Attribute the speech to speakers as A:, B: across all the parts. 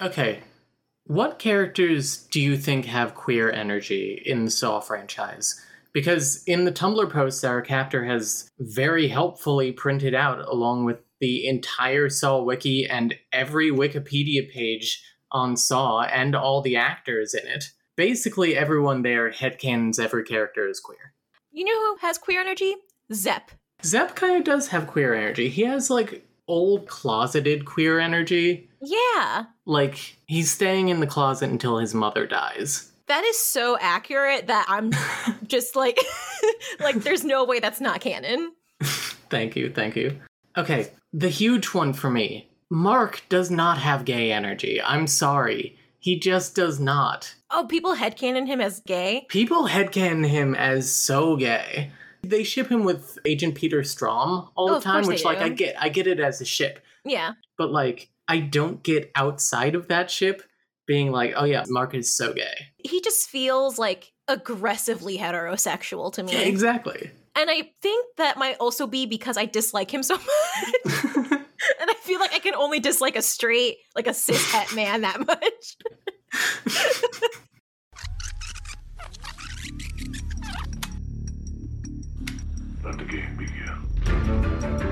A: Okay. What characters do you think have queer energy in the Saw franchise? Because in the Tumblr post that our captor has very helpfully printed out, along with the entire Saw wiki and every Wikipedia page on Saw and all the actors in it, basically everyone there headcanons every character is queer.
B: You know who has queer energy? Zep.
A: Zep kind of does have queer energy. He has like old closeted queer energy.
B: Yeah.
A: Like he's staying in the closet until his mother dies.
B: That is so accurate that I'm just like like there's no way that's not canon.
A: Thank you, thank you. Okay, the huge one for me. Mark does not have gay energy. I'm sorry. He just does not.
B: Oh, people headcanon him as gay?
A: People headcanon him as so gay. They ship him with Agent Peter Strom all
B: Oh,
A: the
B: of
A: time,
B: course
A: which
B: they
A: like
B: do.
A: I get I get it as a ship.
B: Yeah.
A: But like I don't get outside of that ship being like, oh yeah, Mark is so gay.
B: He just feels like aggressively heterosexual to me.
A: Yeah, exactly.
B: And I think that might also be because I dislike him so much. and I feel like I can only dislike a straight, like a cishet man that much.
C: Let the game begin.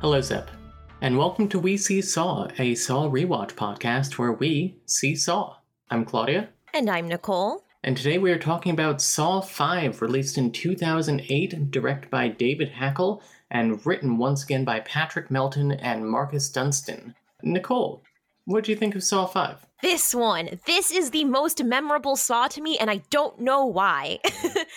A: Hello, Zip, and welcome to We See Saw, a Saw rewatch podcast where we see Saw. I'm Claudia,
B: And I'm Nicole.
A: and today we are talking about Saw 5, released in 2008, directed by David Hackle, and written once again by Patrick Melton and Marcus Dunstan. Nicole, what do you think of Saw 5?
B: This one, this is the most memorable Saw to me, and I don't know why.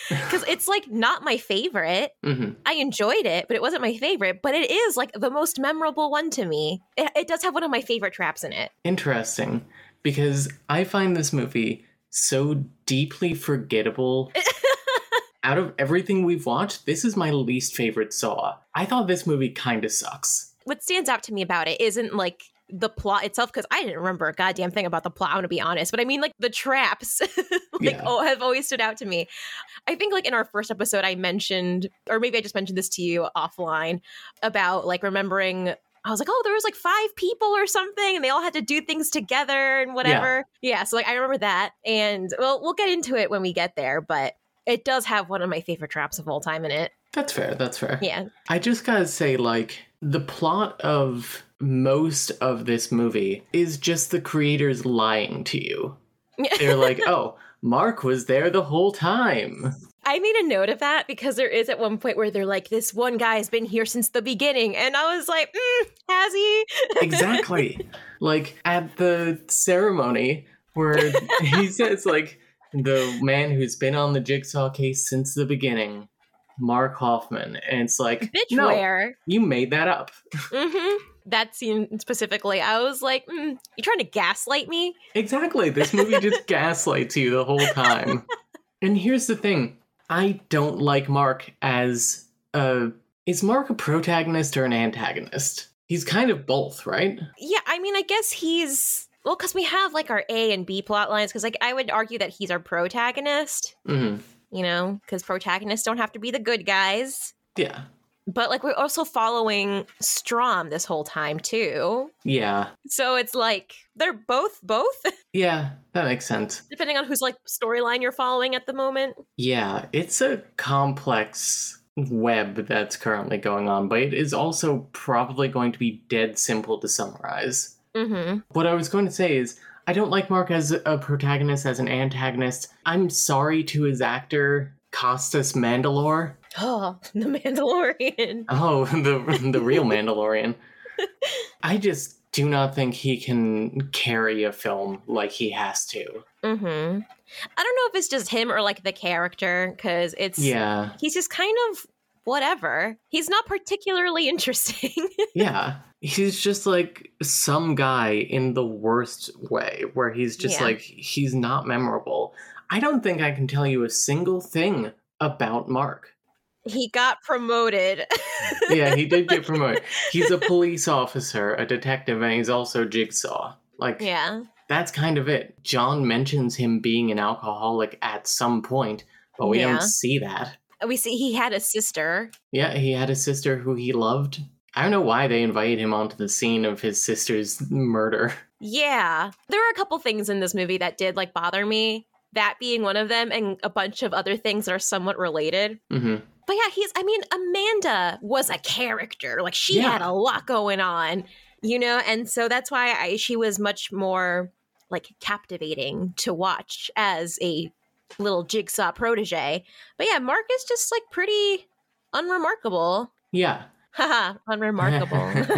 B: Because it's like not my favorite.
A: hmm
B: I enjoyed it, but it wasn't my favorite. But it is like the most memorable one to me. It, it does have one of my favorite traps in it.
A: Interesting, because I find this movie so deeply forgettable. Out of everything we've watched, this is my least favorite Saw. I thought this movie kind of sucks.
B: What stands out to me about it isn't like the plot itself, because I didn't remember a goddamn thing about the plot. I'm gonna be honest, but I mean like the traps, like
A: Yeah.
B: oh, have always stood out to me. I think like in our first episode, I mentioned, or maybe I just mentioned this to you offline about like remembering. I was like, oh, there was like five people or something, and they all had to do things together and whatever. yeah, so like I remember that, and well, we'll get into it when we get there, but it does have one of my favorite traps of all time in it.
A: That's fair, that's fair.
B: Yeah,
A: I just gotta say, like, the plot of most of this movie is just the creators lying to you. They're like, oh, Mark was there the whole time.
B: I made a note of that because there is at one point where they're like, this one guy has been here since the beginning, and I was like, mm, has he?
A: exactly. Like at the ceremony where he says like the man who's been on the jigsaw case since the beginning, Mark Hoffman, and it's like
B: Bitch,
A: no,
B: where?
A: you made that up.
B: hmm That scene specifically, I was like, mm, "You trying to gaslight me?"
A: Exactly. This movie just gaslights you the whole time. And here's the thing. I don't like Mark as a is Mark a protagonist or an antagonist? He's kind of both, right?
B: Yeah, I mean, I guess he's well, because we have like our A and B plot lines. Because like, I would argue that he's our protagonist.
A: hmm
B: You know, because protagonists don't have to be the good guys.
A: Yeah.
B: But like, we're also following Strom this whole time too.
A: Yeah.
B: So it's like they're both both,
A: Yeah, that makes sense.
B: depending on whose like storyline you're following at the moment.
A: Yeah, it's a complex web that's currently going on, but it is also probably going to be dead simple to summarize.
B: Mm-hmm.
A: What I was going to say is, I don't like Mark as a protagonist, as an antagonist. I'm sorry to his actor, Costas Mandalore.
B: Oh, the Mandalorian.
A: Oh, the, the real Mandalorian. I just do not think he can carry a film like he has to.
B: Mm-hmm. I don't know if it's just him or like the character because it's
A: Yeah.
B: he's just kind of whatever. He's not particularly interesting.
A: yeah. He's just like some guy in the worst way, where he's just
B: Yeah.
A: like, he's not memorable. I don't think I can tell you a single thing about Mark.
B: he got promoted.
A: Yeah, he did get promoted. He's a police officer, a detective, and he's also Jigsaw. Like,
B: yeah.
A: that's kind of it. John mentions him being an alcoholic at some point, but we
B: Yeah.
A: don't see that.
B: We see he had a sister.
A: Yeah, he had a sister who he loved. I don't know why they invited him onto the scene of his sister's murder.
B: Yeah. There were a couple things in this movie that did like bother me. That being one of them, and a bunch of other things that are somewhat related.
A: hmm
B: But yeah, he's, I mean, Amanda was a character. Like she
A: Yeah.
B: had a lot going on, you know? And so that's why I, she was much more like captivating to watch as a little jigsaw protege. But yeah, Mark is just like pretty unremarkable.
A: Yeah.
B: Haha, unremarkable.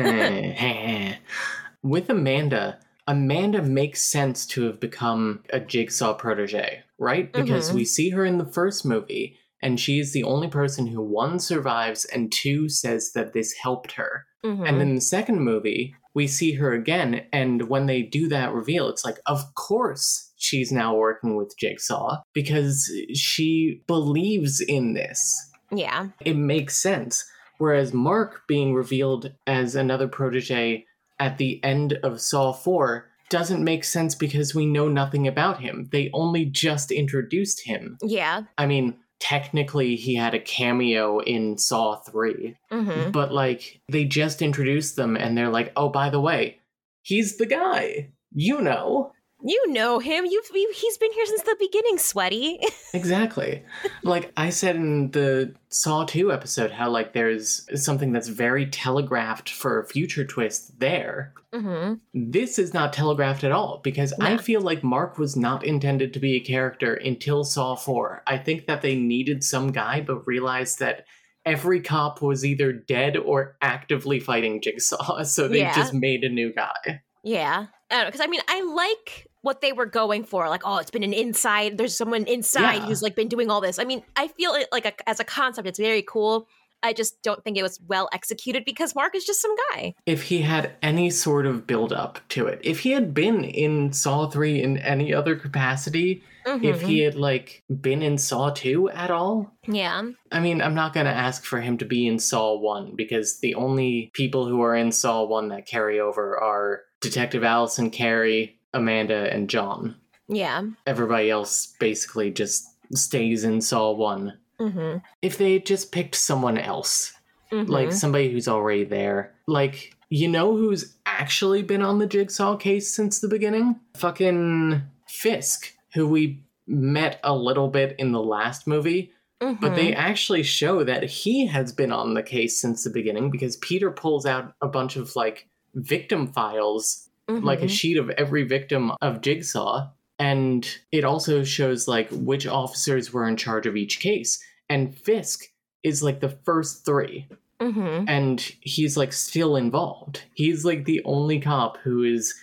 A: With Amanda, Amanda makes sense to have become a jigsaw protege, right? Because
B: Mhm.
A: we see her in the first movie, and she is the only person who one survives and two says that this helped her.
B: Mhm.
A: And then the second movie, we see her again, and when they do that reveal, it's like, of course she's now working with Jigsaw because she believes in this
B: yeah.
A: it makes sense. Whereas Mark being revealed as another protege at the end of Saw 4 doesn't make sense because we know nothing about him. They only just introduced him.
B: Yeah.
A: I mean, technically, he had a cameo in Saw 3,
B: hmm
A: but like, they just introduced them and they're like, oh, by the way, he's the guy. You know.
B: You know him. You've you, he's been here since the beginning, sweaty.
A: Exactly. like I said in the Saw 2 episode, how like there's something that's very telegraphed for a future twist there.
B: hmm
A: This is not telegraphed at all because I
B: No.
A: feel like Mark was not intended to be a character until Saw 4. I think that they needed some guy but realized that every cop was either dead or actively fighting Jigsaw, so they
B: Yeah.
A: just made a new guy.
B: Yeah. I don't know. Because I mean, I like what they were going for. Like, oh, it's been an inside. There's someone inside
A: Yeah.
B: who's like been doing all this. I mean, I feel it like a, as a concept, it's very cool. I just don't think it was well executed because Mark is just some guy.
A: if he had any sort of build up to it. If he had been in Saw 3 in any other capacity, if he had like been in Saw 2 at all,
B: Mhm. yeah.
A: I mean, I'm not going to ask for him to be in Saw 1 because the only people who are in Saw 1 that carry over are Detective Allison Carey, Amanda, and John.
B: Yeah.
A: Everybody else basically just stays in Saw 1.
B: hmm
A: If they had just picked someone else, like somebody who's already there. Like, you know who's actually been on the jigsaw case since the beginning? Fucking Fisk, who we met a little bit in the last movie,
B: Mm-hmm.
A: but they actually show that he has been on the case since the beginning because Peter pulls out a bunch of like victim files
B: Mm-hmm.
A: like a sheet of every victim of Jigsaw. And it also shows like which officers were in charge of each case. And Fisk is like the first three.
B: hmm
A: And he's like still involved. He's like the only cop who is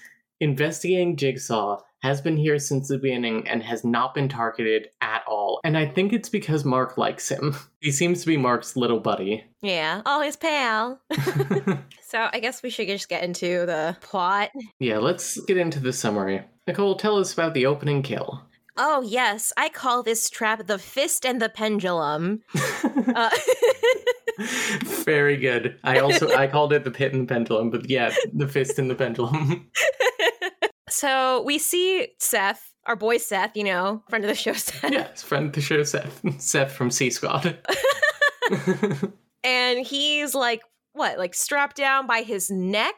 A: investigating Jigsaw, has been here since the beginning, and has not been targeted at all. And I think it's because Mark likes him. He seems to be Mark's little buddy.
B: Yeah. Oh, his pal. So I guess we should just get into the plot.
A: yeah, let's get into the summary. Nicole, tell us about the opening kill.
B: Oh, yes. I call this trap the fist and the pendulum. Uh,
A: Very good. I also I called it the pit and the pendulum, but yeah, the fist and the pendulum.
B: so we see Seth, our boy Seth, you know, friend of the show Seth,
A: yeah, it's friend of the show Seth. Seth from C Squad.
B: and he's like, what, like strapped down by his neck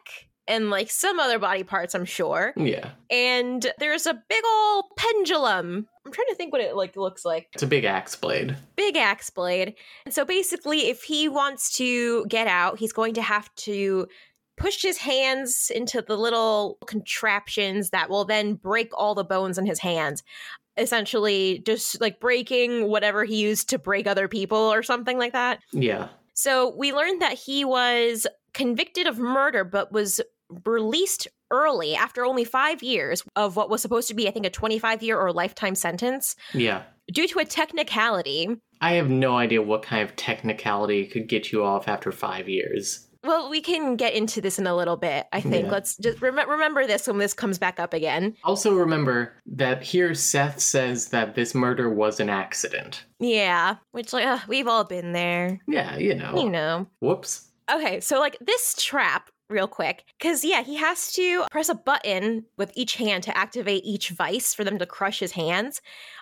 B: and like some other body parts, I'm sure.
A: yeah.
B: And there's a big old pendulum. I'm trying to think what it like looks like.
A: It's a big axe blade.
B: big axe blade. And so basically, if he wants to get out, he's going to have to push his hands into the little contraptions that will then break all the bones in his hands. Essentially, just like breaking whatever he used to break other people or something like that.
A: Yeah.
B: So we learned that he was convicted of murder, but was released early after only five years of what was supposed to be, I think, a 25 year or lifetime sentence
A: Yeah.
B: due to a technicality.
A: I have no idea what kind of technicality could get you off after five years.
B: Well, we can get into this in a little bit, I think.
A: Yeah.
B: Let's just rem- remember this when this comes back up again.
A: Also, remember that here Seth says that this murder was an accident.
B: Yeah, which, like, ugh, we've all been there,
A: Yeah, you
B: you
A: know.
B: know.
A: Whoops.
B: Okay, so like this trap, real quick, because yeah, he has to press a button with each hand to activate each vice for them to crush his hands,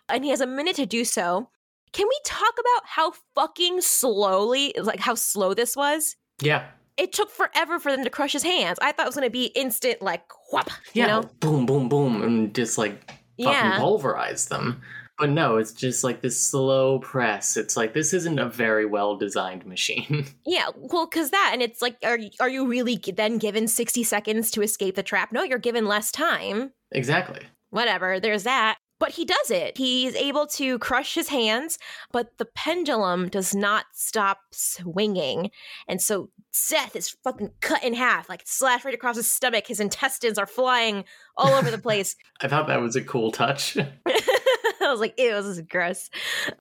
B: and he has a minute to do so. Can we talk about how fucking slowly, like how slow this was?
A: Yeah.
B: It took forever for them to crush his hands. I thought it was gonna be instant, like whop, you
A: Yeah.
B: know?
A: Boom, boom, boom, and just like fucking
B: Yeah,
A: pulverize them. But no, it's just like this slow press. It's like this isn't a very well designed machine.
B: yeah. Well, because that, and it's like, are are you really g- then given sixty seconds to escape the trap? No, you're given less time.
A: exactly.
B: whatever, there's that. But he does it. He's able to crush his hands, but the pendulum does not stop swinging. And so Seth is fucking cut in half, like slashed right across his stomach. His intestines are flying all over the place.
A: I thought that was a cool touch.
B: I was like, ew, this is gross.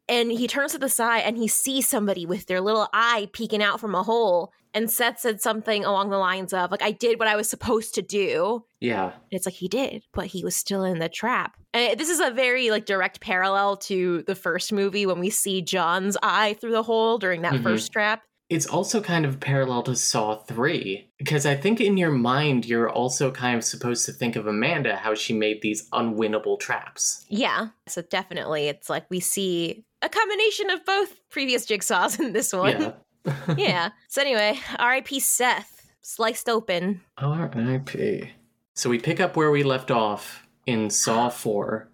B: And he turns to the side and he sees somebody with their little eye peeking out from a hole. And Seth said something along the lines of, like, I did what I was supposed to do.
A: yeah.
B: And it's like he did, but he was still in the trap. And this is a very like direct parallel to the first movie when we see John's eye through the hole during that
A: Mhm.
B: first trap.
A: It's also kind of parallel to Saw 3, because I think in your mind, you're also kind of supposed to think of Amanda, how she made these unwinnable traps.
B: Yeah. So definitely it's like we see a combination of both previous jigsaws in this
A: Yeah.
B: one. Yeah. So anyway, R.I.P. Seth, sliced open.
A: R.I.P. So we pick up where we left off in Saw 4,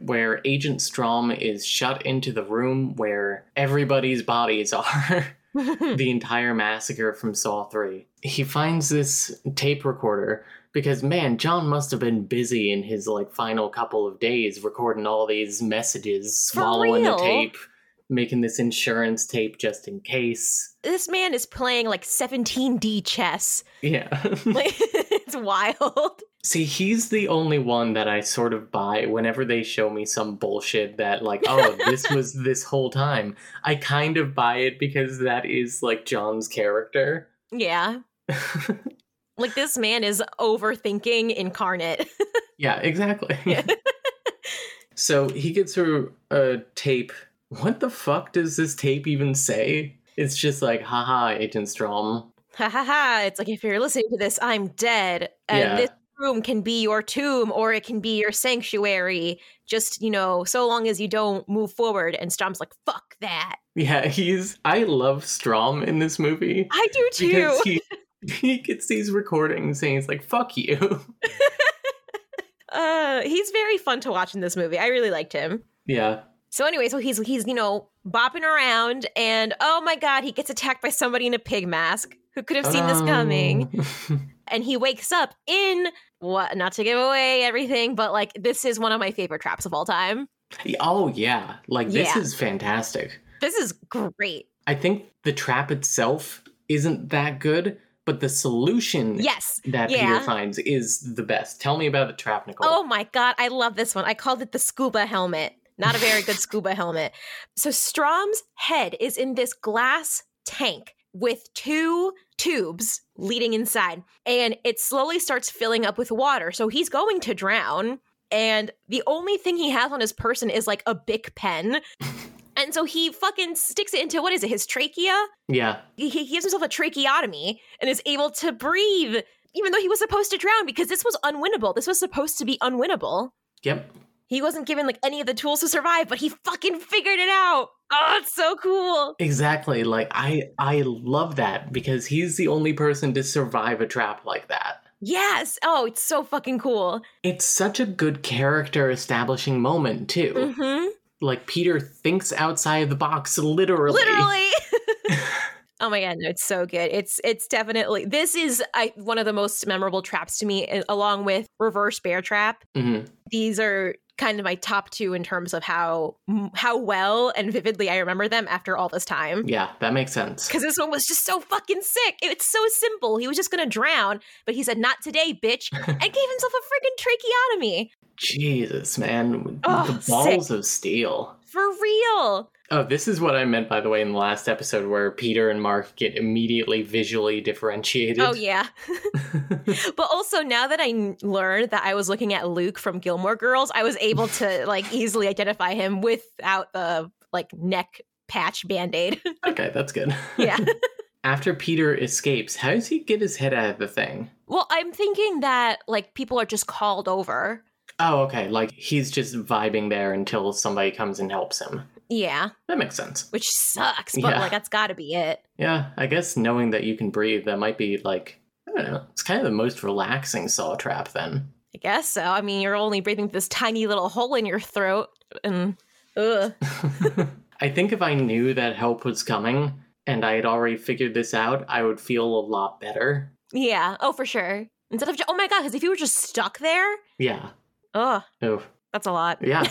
A: where Agent Strom is shut into the room where everybody's bodies are. the entire massacre from Saw 3. He finds this tape recorder because man, John must have been busy in his like final couple of days recording all these messages,
B: For
A: swallowing
B: real?
A: the tape, making this insurance tape just in case.
B: this man is playing like 17D chess.
A: Yeah.
B: Like, it's wild.
A: See, he's the only one that I sort of buy whenever they show me some bullshit that, like, oh, this was this whole time. I kind of buy it because that is, like, John's character.
B: Yeah. Like this man is overthinking incarnate.
A: Yeah, exactly.
B: Yeah.
A: so he gets her a tape. What the fuck does this tape even say? It's just like, haha, Agent Strom.
B: ha ha ha. It's like if you're listening to this, I'm dead. And
A: Yeah.
B: this room can be your tomb or it can be your sanctuary. Just, you know, so long as you don't move forward. And Strom's like, fuck that.
A: Yeah, he's. I love Strom in this movie
B: I do too.
A: because he he gets these recordings and he's like, "Fuck you."
B: uh, he's very fun to watch in this movie. I really liked him.
A: Yeah,
B: So anyway, so he's he's, you know, bopping around and oh my god, he gets attacked by somebody in a pig mask. Who could have seen
A: Oh.
B: this coming?
A: Um,
B: and he wakes up in what not to give away everything but like this is one of my favorite traps of all time
A: oh yeah, like this
B: Yeah.
A: is fantastic.
B: this is great
A: I think the trap itself isn't that good, but the solution
B: yes
A: that
B: Yeah.
A: Peter finds is the best. Tell me about the trap, Nicole.
B: oh my god i love this one i called it the scuba helmet not a very good scuba helmet so strom's head is in this glass tank with two tubes leading inside and it slowly starts filling up with water so he's going to drown and the only thing he has on his person is like a bic pen and so he fucking sticks it into what is it his trachea
A: Yeah,
B: he he gives himself a tracheotomy and is able to breathe even though he was supposed to drown because this was unwinnable this was supposed to be unwinnable
A: yep.
B: he wasn't given like any of the tools to survive but he fucking figured it out oh it's so cool
A: Exactly. Like I I love that because he's the only person to survive a trap like that.
B: yes oh it's so fucking cool
A: It's such a good character establishing moment too.
B: hmm
A: Like Peter thinks outside of the box literally.
B: literally oh my god no, it's so good it's it's definitely this is I, one of the most memorable traps to me a- along with reverse bear trap
A: Mhm.
B: these are kind of my top two in terms of how how well and vividly I remember them after all this time.
A: Yeah, that makes sense.
B: Because this one was just so fucking sick. It's so simple. He was just gonna drown, but he said, "Not today, bitch," and gave himself a freaking tracheotomy.
A: Jesus, man,
B: Oh,
A: the balls of steel.
B: For real.
A: Oh, this is what I meant, by the way, in the last episode where Peter and Mark get immediately visually differentiated.
B: Oh yeah. but also now that I n- learned that I was looking at Luke from Gilmore Girls, I was able to like easily identify him without the like neck patch band-aid.
A: okay, that's good.
B: yeah.
A: After Peter escapes, how does he get his head out of the thing?
B: Well, I'm thinking that like people are just called over.
A: Oh, okay, like he's just vibing there until somebody comes and helps him.
B: Yeah,
A: That makes sense.
B: which sucks, but
A: Yeah.
B: like that's got to be it.
A: Yeah, I guess knowing that you can breathe, that might be like, I don't know, it's kind of the most relaxing saw trap then.
B: I guess so. I mean, you're only breathing through this tiny little hole in your throat, and ugh.
A: I think if I knew that help was coming and I had already figured this out, I would feel a lot better.
B: yeah. Oh, for sure. Instead of ju- oh my god, because if you were just stuck there,
A: Yeah.
B: ugh,
A: Oh,
B: that's a lot.
A: yeah.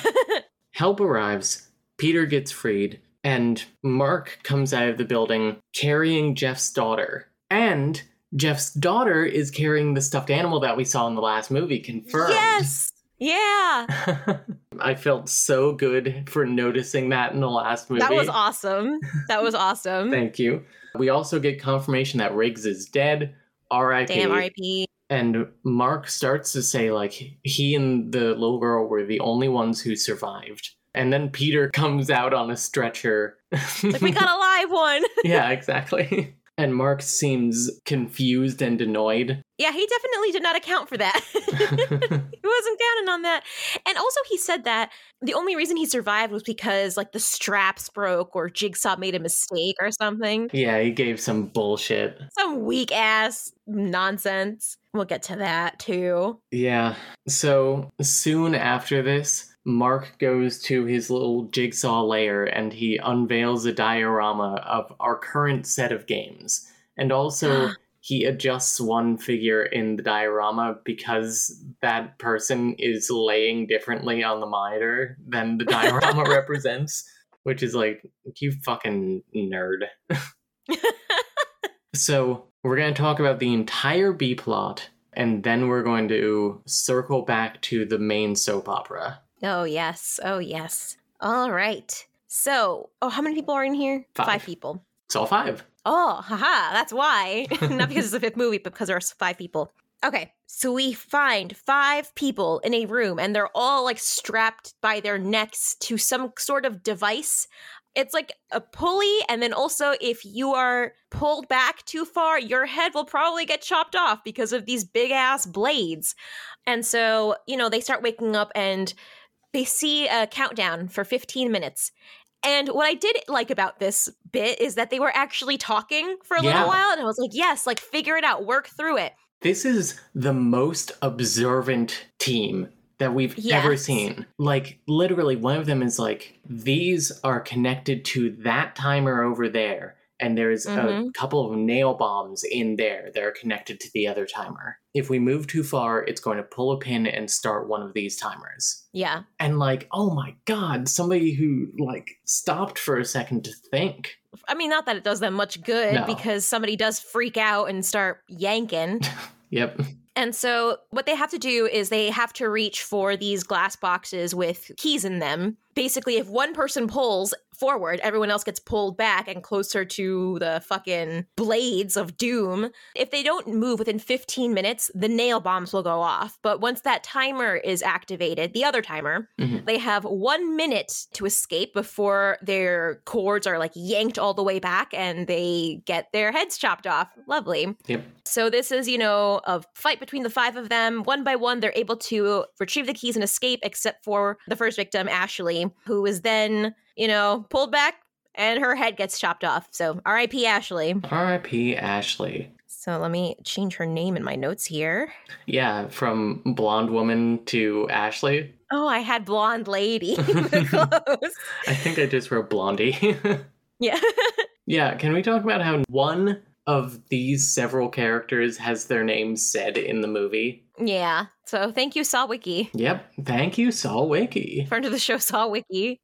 A: Help arrives, Peter gets freed, and Mark comes out of the building carrying Jeff's daughter. And Jeff's daughter is carrying the stuffed animal that we saw in the last movie, confirmed.
B: Yes. Yeah.
A: I felt so good for noticing that in the last movie.
B: That was awesome. That was awesome.
A: Thank you. We also get confirmation that Riggs is dead. R.I.P.
B: Damn, R.I.P.
A: and Mark starts to say like he and the little girl were the only ones who survived. And then Peter comes out on a stretcher.
B: Like we got a live one.
A: yeah, exactly. And Mark seems confused and annoyed.
B: Yeah, he definitely did not account for that. he wasn't counting on that. And also, he said that the only reason he survived was because like the straps broke or Jigsaw made a mistake or something.
A: yeah, he gave some bullshit.
B: Some weak ass nonsense. We'll get to that too.
A: Yeah. So soon after this, Mark goes to his little jigsaw layer and he unveils a diorama of our current set of games. And also, he adjusts one figure in the diorama because that person is laying differently on the monitor than the diorama represents, which is like, you fucking nerd. So we're going to talk about the entire B plot, and then we're going to circle back to the main soap opera.
B: Oh, yes. Oh, yes. All right. So, oh, how many people are in here?
A: Five.
B: people.
A: It's all five.
B: Oh, haha. That's why. Not because it's the fifth movie, but because there's five people. Okay. So we find five people in a room and they're all like strapped by their necks to some sort of device. It's like a pulley. And then also, if you are pulled back too far, your head will probably get chopped off because of these big ass blades. And so, you know, they start waking up and they see a countdown for 15 minutes. And what I did like about this bit is that they were actually talking for a
A: Yeah.
B: little while. And I was like, yes, like figure it out, work through it.
A: This is the most observant team that we've ever
B: Yes.
A: seen. Like, literally, one of them is like, these are connected to that timer over there. And there's a
B: Mhm.
A: couple of nail bombs in there that are connected to the other timer. If we move too far, it's going to pull a pin and start one of these timers.
B: Yeah.
A: and like oh my god somebody who like stopped for a second to think
B: I mean, not that it does them much good
A: No.
B: because somebody does freak out and start yanking.
A: yep
B: and so, what they have to do is they have to reach for these glass boxes with keys in them. Basically, if one person pulls forward, everyone else gets pulled back and closer to the fucking blades of doom. If they don't move within 15 minutes, the nail bombs will go off. But once that timer is activated, the other timer,
A: Mhm.
B: they have one minute to escape before their cords are like yanked all the way back and they get their heads chopped off. Lovely.
A: Yep.
B: So this is, you know, a fight between the five of them. One by one, they're able to retrieve the keys and escape, except for the first victim, Ashley, who is then, you know, pulled back and her head gets chopped off. So RIP Ashley.
A: rip ashley
B: So let me change her name in my notes here.
A: yeah from blonde woman to ashley
B: Oh, I had blonde lady. Close.
A: i think i just wrote blondie
B: Yeah.
A: yeah can we talk about how one of these several characters has their names said in the movie.
B: Yeah. So thank you, Saw Wiki.
A: Yep. Thank you, Saw Wiki.
B: Friend of the show, Saw Wiki.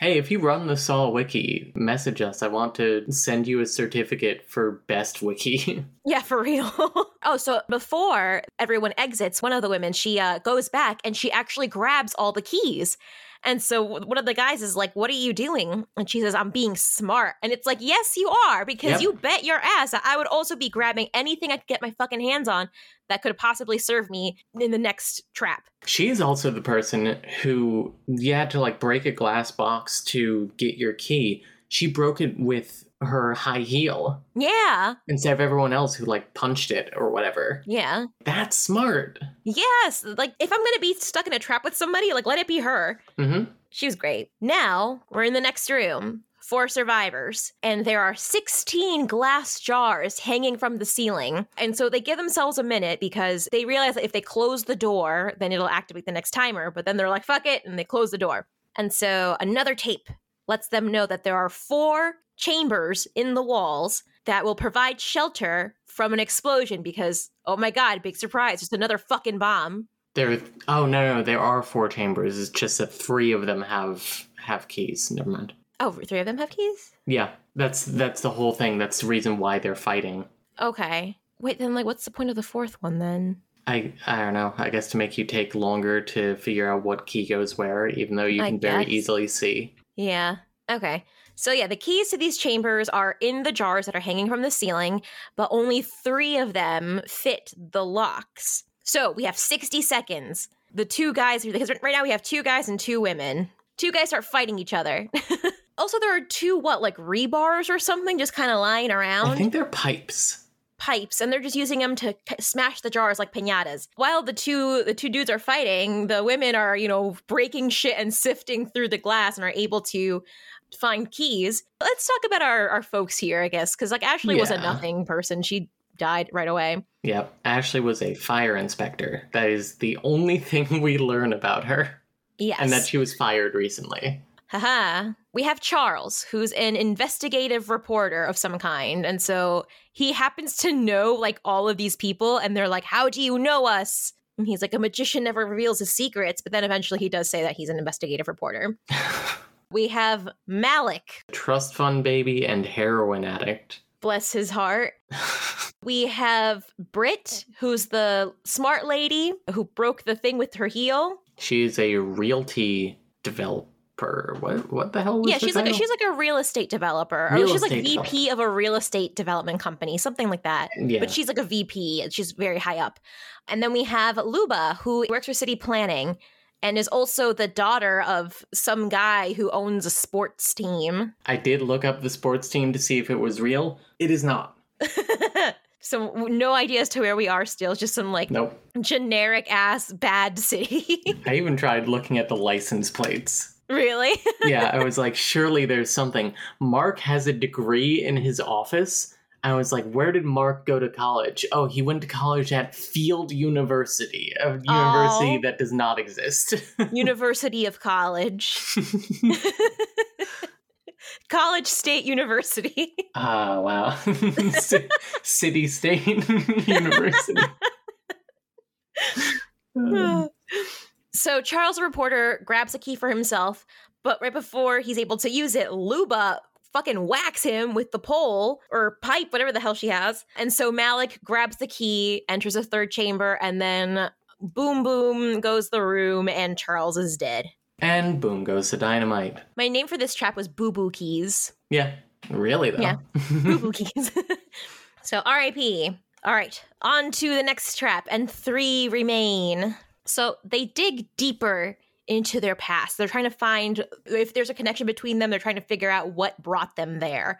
A: Hey, if you run the Saw Wiki, message us. I want to send you a certificate for best wiki.
B: Yeah, for real. oh, so before everyone exits, one of the women she uh, goes back and she actually grabs all the keys. And so one of the guys is like, "What are you doing?" And she says, "I'm being smart." And it's like, "Yes, you are, because
A: Yep.
B: you bet your ass that I would also be grabbing anything I could get my fucking hands on that could possibly serve me in the next trap."
A: She is also the person who you had to like break a glass box to get your key. She broke it with her high heel
B: Yeah.
A: instead of everyone else who like punched it or whatever.
B: Yeah.
A: That's smart.
B: Yes. Like if I'm going to be stuck in a trap with somebody, like let it be her.
A: hmm
B: She was great. Now we're in the next room. Four survivors, and there are 16 glass jars hanging from the ceiling. And so they give themselves a minute because they realize that if they close the door, then it'll activate the next timer. But then they're like, fuck it, and they close the door. And so another tape lets them know that there are four chambers in the walls that will provide shelter from an explosion because, oh my God, big surprise, just another fucking bomb.
A: There. Oh no, no, there are four chambers. It's just that three of them have have keys. Never mind.
B: Oh, three of them have keys?
A: Yeah, that's that's the whole thing. That's the reason why they're fighting.
B: Okay. Wait, then like what's the point of the fourth one then?
A: I I don't know. I guess to make you take longer to figure out what key goes where, even though you
B: I
A: can very
B: guess.
A: easily see.
B: Yeah. Okay. So yeah, the keys to these chambers are in the jars that are hanging from the ceiling, but only 3 of them fit the locks. So, we have 60 seconds. The two guys because right now we have two guys and two women. Two guys start fighting each other. also, there are two what like rebars or something just kind of lying around.
A: I think they're pipes.
B: pipes and they're just using them to k- smash the jars like piñatas while the two the two dudes are fighting the women are you know breaking shit and sifting through the glass and are able to find keys let's talk about our our folks here i guess because like ashley was a
A: Yeah.
B: nothing person she died right away
A: Yep. Ashley was a fire inspector. That is the only thing we learn about her,
B: yes
A: and that she was fired recently.
B: Haha. We have Charles, who's an investigative reporter of some kind. And so he happens to know like all of these people, and they're like, How do you know us? And he's like, A magician never reveals his secrets. But then eventually he does say that he's an investigative reporter. We have Malik,
A: Trust fund baby and heroin addict.
B: bless his heart. We have Britt, who's the smart lady who broke the thing with her heel.
A: She is a realty developer. What what the hell was
B: yeah,
A: the
B: she's like a,
A: title?
B: she's like a real estate developer,
A: Real
B: or she's like
A: estate
B: VP of a real estate development company, something like that.
A: yeah.
B: but she's like a VP and she's very high up. And then we have Luba, who works for city planning and is also the daughter of some guy who owns a sports team.
A: I did look up the sports team to see if it was real. It is not.
B: so no idea as to where we are still, just some like
A: Nope.
B: generic ass bad city.
A: I even tried looking at the license plates.
B: really?
A: yeah, I was like, surely there's something. Mark has a degree in his office. I was like, where did Mark go to college? Oh, he went to college at Field University, a university
B: Oh.
A: that does not exist.
B: University of College. College State University.
A: Ah, wow. C- City State University. Um,
B: so Charles, the reporter, grabs a key for himself, but right before he's able to use it, Luba fucking whacks him with the pole or pipe, whatever the hell she has. And so Malik grabs the key, enters a third chamber, and then boom, boom goes the room, and Charles is dead.
A: and boom goes the dynamite.
B: My name for this trap was Boo Boo Keys.
A: Yeah, really though.
B: Yeah. Boo Boo Keys. so RIP. All right, on to the next trap, and three remain. So they dig deeper into their past. They're trying to find if there's a connection between them, they're trying to figure out what brought them there.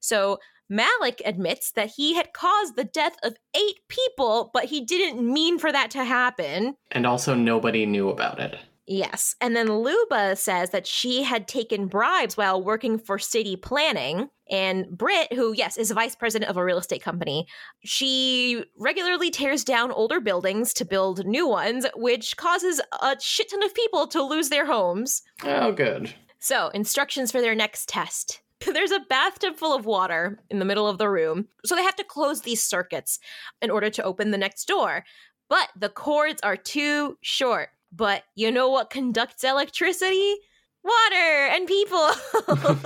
B: So Malik admits that he had caused the death of eight people, but he didn't mean for that to happen.
A: and also, nobody knew about it.
B: Yes. And then Luba says that she had taken bribes while working for city planning. And Britt, who, yes, is vice president of a real estate company, she regularly tears down older buildings to build new ones, which causes a shit ton of people to lose their homes.
A: Oh, good.
B: So, instructions for their next test There's a bathtub full of water in the middle of the room. So they have to close these circuits in order to open the next door. But the cords are too short. But you know what conducts electricity? Water and people.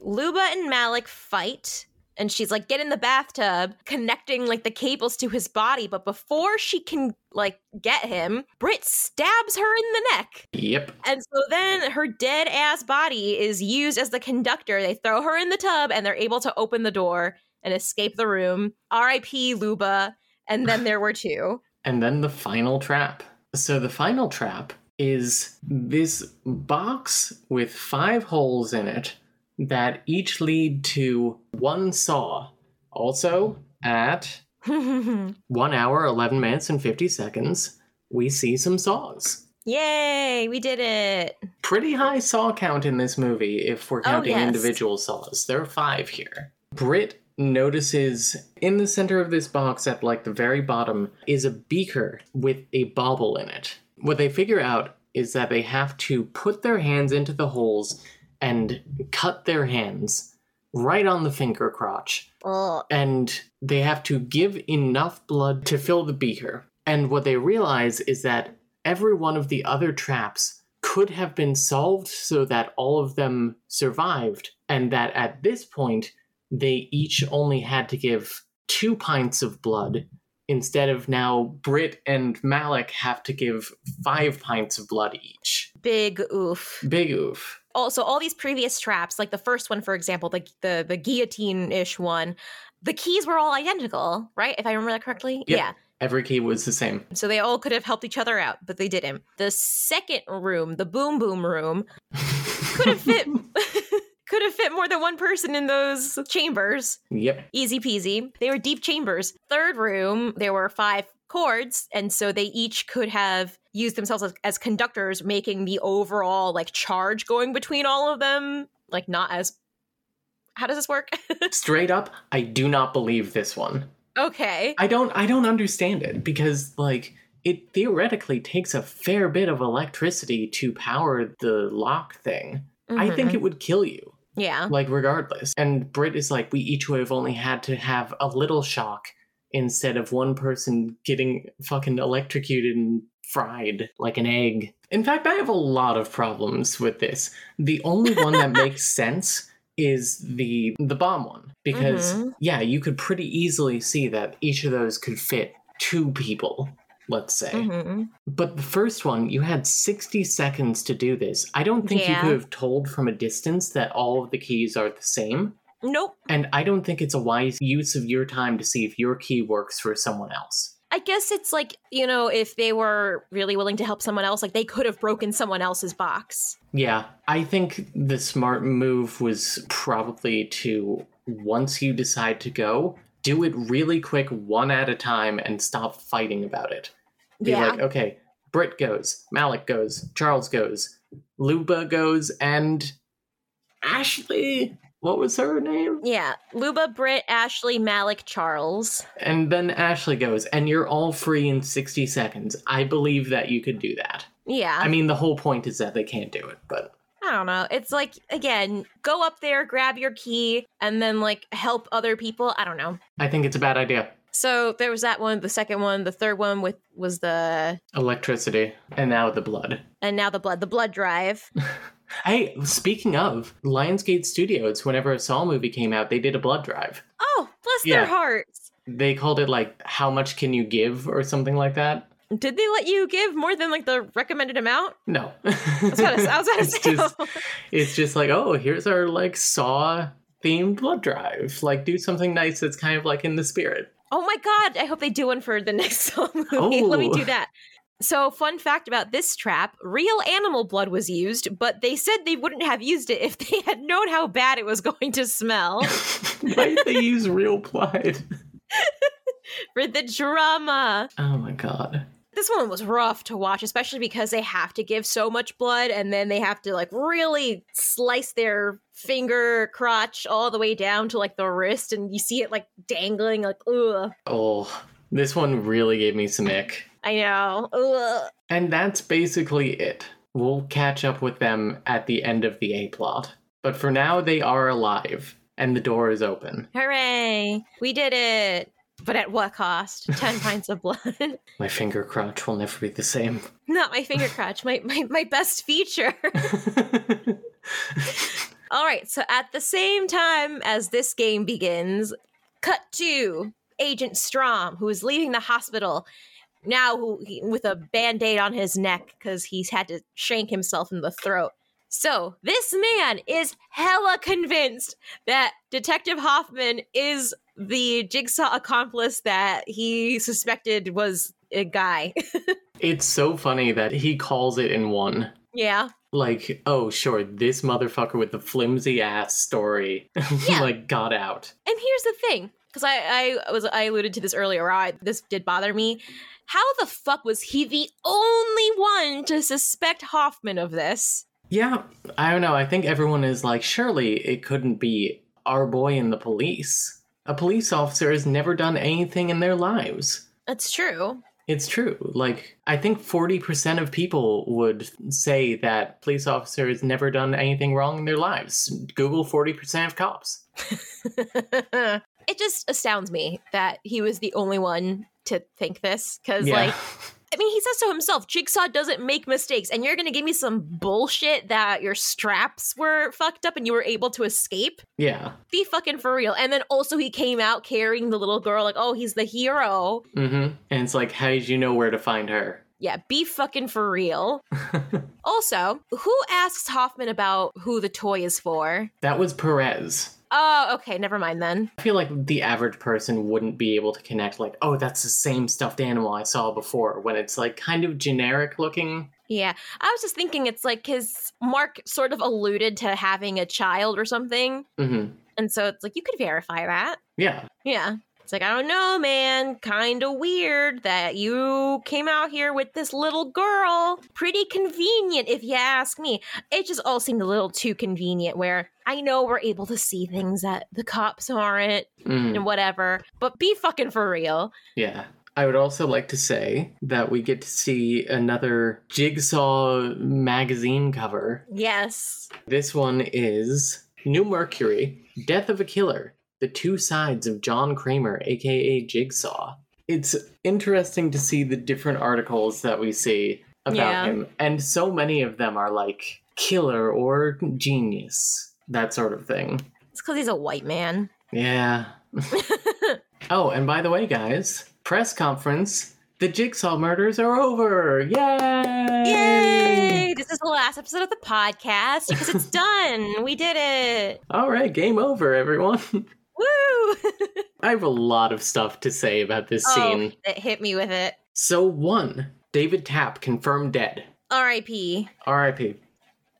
B: Luba and Malik fight, and she's like, get in the bathtub, connecting like the cables to his body. But before she can like get him, Brit stabs her in the neck.
A: yep.
B: And so then her dead ass body is used as the conductor. They throw her in the tub and they're able to open the door and escape the room. R.I.P. Luba. And then there were two.
A: And then the final trap. So the final trap is this box with five holes in it that each lead to one saw. Also, at one hour, 11 minutes, and 50 seconds, we see some saws.
B: Yay, we did it.
A: Pretty high saw count in this movie if we're
B: Oh,
A: counting
B: yes.
A: individual saws. There are five here. Brit notices in the center of this box at like the very bottom is a beaker with a bauble in it. What they figure out is that they have to put their hands into the holes and cut their hands right on the finger crotch
B: Oh,
A: and they have to give enough blood to fill the beaker. And what they realize is that every one of the other traps could have been solved so that all of them survived, and that at this point, they each only had to give two pints of blood instead of now Brit and Malik have to give five pints of blood each.
B: big oof.
A: Big oof.
B: Also, all these previous traps, like the first one, for example, the the, the guillotine ish one, the keys were all identical, right? If I remember that correctly.
A: Yep.
B: Yeah.
A: Every key was the same.
B: So they all could have helped each other out, but they didn't. The second room, the boom boom room, could have fit could have fit more than one person in those chambers.
A: Yep.
B: Easy peasy. They were deep chambers. Third room, there were five cords, and so they each could have used themselves as, as conductors, making the overall like charge going between all of them like not as how does this work?
A: Straight up, I do not believe this one.
B: okay.
A: I don't I don't understand it because like it theoretically takes a fair bit of electricity to power the lock thing. I think
B: Mhm.
A: it would kill you,
B: Mm-hmm. yeah.
A: like regardless. And Brit is like, we each would have only had to have a little shock instead of one person getting fucking electrocuted and fried like an egg. In fact, I have a lot of problems with this. The only one that makes sense is the the bomb one because
B: Mhm.
A: yeah, you could pretty easily see that each of those could fit two people, let's say.
B: Mhm.
A: But the first one, you had 60 seconds to do this. I don't think you
B: Yeah.
A: could have told from a distance that all of the keys are the same.
B: Nope.
A: And I don't think it's a wise use of your time to see if your key works for someone else.
B: I guess it's like, you know, if they were really willing to help someone else, like they could have broken someone else's box.
A: Yeah, I think the smart move was probably to, once you decide to go, do it really quick, one at a time, and stop fighting about it. Be
B: yeah.
A: like, okay, Britt goes, Malik goes, Charles goes, Luba goes, and Ashley. What was her name?
B: yeah. Luba, Britt, Ashley, Malik, Charles.
A: And then Ashley goes, and you're all free in 60 seconds. I believe that you could do that.
B: Yeah.
A: I mean, the whole point is that they can't do it, but
B: I don't know. It's like, again, go up there, grab your key, and then like help other people. I don't know.
A: I think it's a bad idea.
B: So there was that one, the second one, the third one with was the
A: Electricity, and now the blood.
B: and now the blood, the blood drive.
A: Hey, speaking of Lionsgate Studios, whenever a Saw movie came out, they did a blood drive.
B: Oh, bless
A: Yeah.
B: their hearts.
A: They called it like "How much can you give?" or something like that.
B: Did they let you give more than like the recommended amount?
A: No,
B: I was about to, I was about to
A: It's
B: say. oh
A: just- it's just like, oh, here's our like Saw themed blood drive. Like, do something nice that's kind of like in the spirit.
B: Oh my god, I hope they do one for the next song movie. Let me
A: Oh.
B: do that. So, fun fact about this trap real animal blood was used, but they said they wouldn't have used it if they had known how bad it was going to smell
A: Why did they use real blood?
B: for the drama.
A: Oh my god.
B: This one was rough to watch, especially because they have to give so much blood and then they have to like really slice their finger crotch all the way down to like the wrist and you see it like dangling, like, ugh.
A: Oh, this one really gave me some ick.
B: I know. Ugh.
A: And that's basically it. We'll catch up with them at the end of the A plot. But for now, they are alive, and the door is open.
B: Hooray! We did it. But at what cost? 10 pints of blood.
A: My finger crotch will never be the same.
B: Not my finger crotch, my, my, my best feature. All right, so at the same time as this game begins, cut to Agent Strom, who is leaving the hospital now who, he, with a band aid on his neck because he's had to shank himself in the throat. So this man is hella convinced that Detective Hoffman is the jigsaw accomplice that he suspected was a guy.
A: it's so funny that he calls it in one.
B: yeah.
A: Like, oh, sure, this motherfucker with the flimsy ass story,
B: Yeah.
A: like, got out.
B: And here's the thing, because I, I was I alluded to this earlier. I this did bother me. How the fuck was he the only one to suspect Hoffman of this?
A: Yeah, I don't know. I think everyone is like, surely it couldn't be our boy in the police. A police officer has never done anything in their lives.
B: That's true.
A: It's true. Like, I think 40% of people would say that police officers never done anything wrong in their lives. Google 40% of cops.
B: it just astounds me that he was the only one to think this. Because like, I mean, he says so himself. Jigsaw doesn't make mistakes, and you're gonna give me some bullshit that your straps were fucked up and you were able to escape.
A: yeah.
B: Be fucking for real. And then also he came out carrying the little girl, like, oh, he's the hero.
A: Mm-hmm. And it's like, how did you know where to find her?
B: Yeah, be fucking for real. also, who asks Hoffman about who the toy is for?
A: That was Perez.
B: Oh, okay, never mind then.
A: I feel like the average person wouldn't be able to connect, like, oh, that's the same stuffed animal I saw before, when it's like kind of generic looking.
B: Yeah, I was just thinking it's like because Mark sort of alluded to having a child or something.
A: Mm-hmm.
B: And so it's like, you could verify that.
A: Yeah.
B: Yeah. It's like, I don't know, man. Kind of weird that you came out here with this little girl. Pretty convenient, if you ask me. It just all seemed a little too convenient, where I know we're able to see things that the cops aren't.
A: Mm.
B: and whatever, but be fucking for real.
A: Yeah. I would also like to say that we get to see another Jigsaw magazine cover.
B: Yes.
A: This one is New Mercury Death of a Killer The Two Sides of John Kramer, aka Jigsaw. It's interesting to see the different articles that we see about
B: Yeah.
A: him, and so many of them are like killer or genius, that sort of thing.
B: It's because he's a white man.
A: Yeah. oh, and by the way, guys, press conference. The Jigsaw murders are over. Yay!
B: Yay! This is the last episode of the podcast because it's done. We did it.
A: All right, game over, everyone.
B: Woo!
A: I have a lot of stuff to say about this
B: oh,
A: scene.
B: it hit me with it.
A: So, one, David Tapp confirmed dead.
B: R.I.P.
A: R.I.P.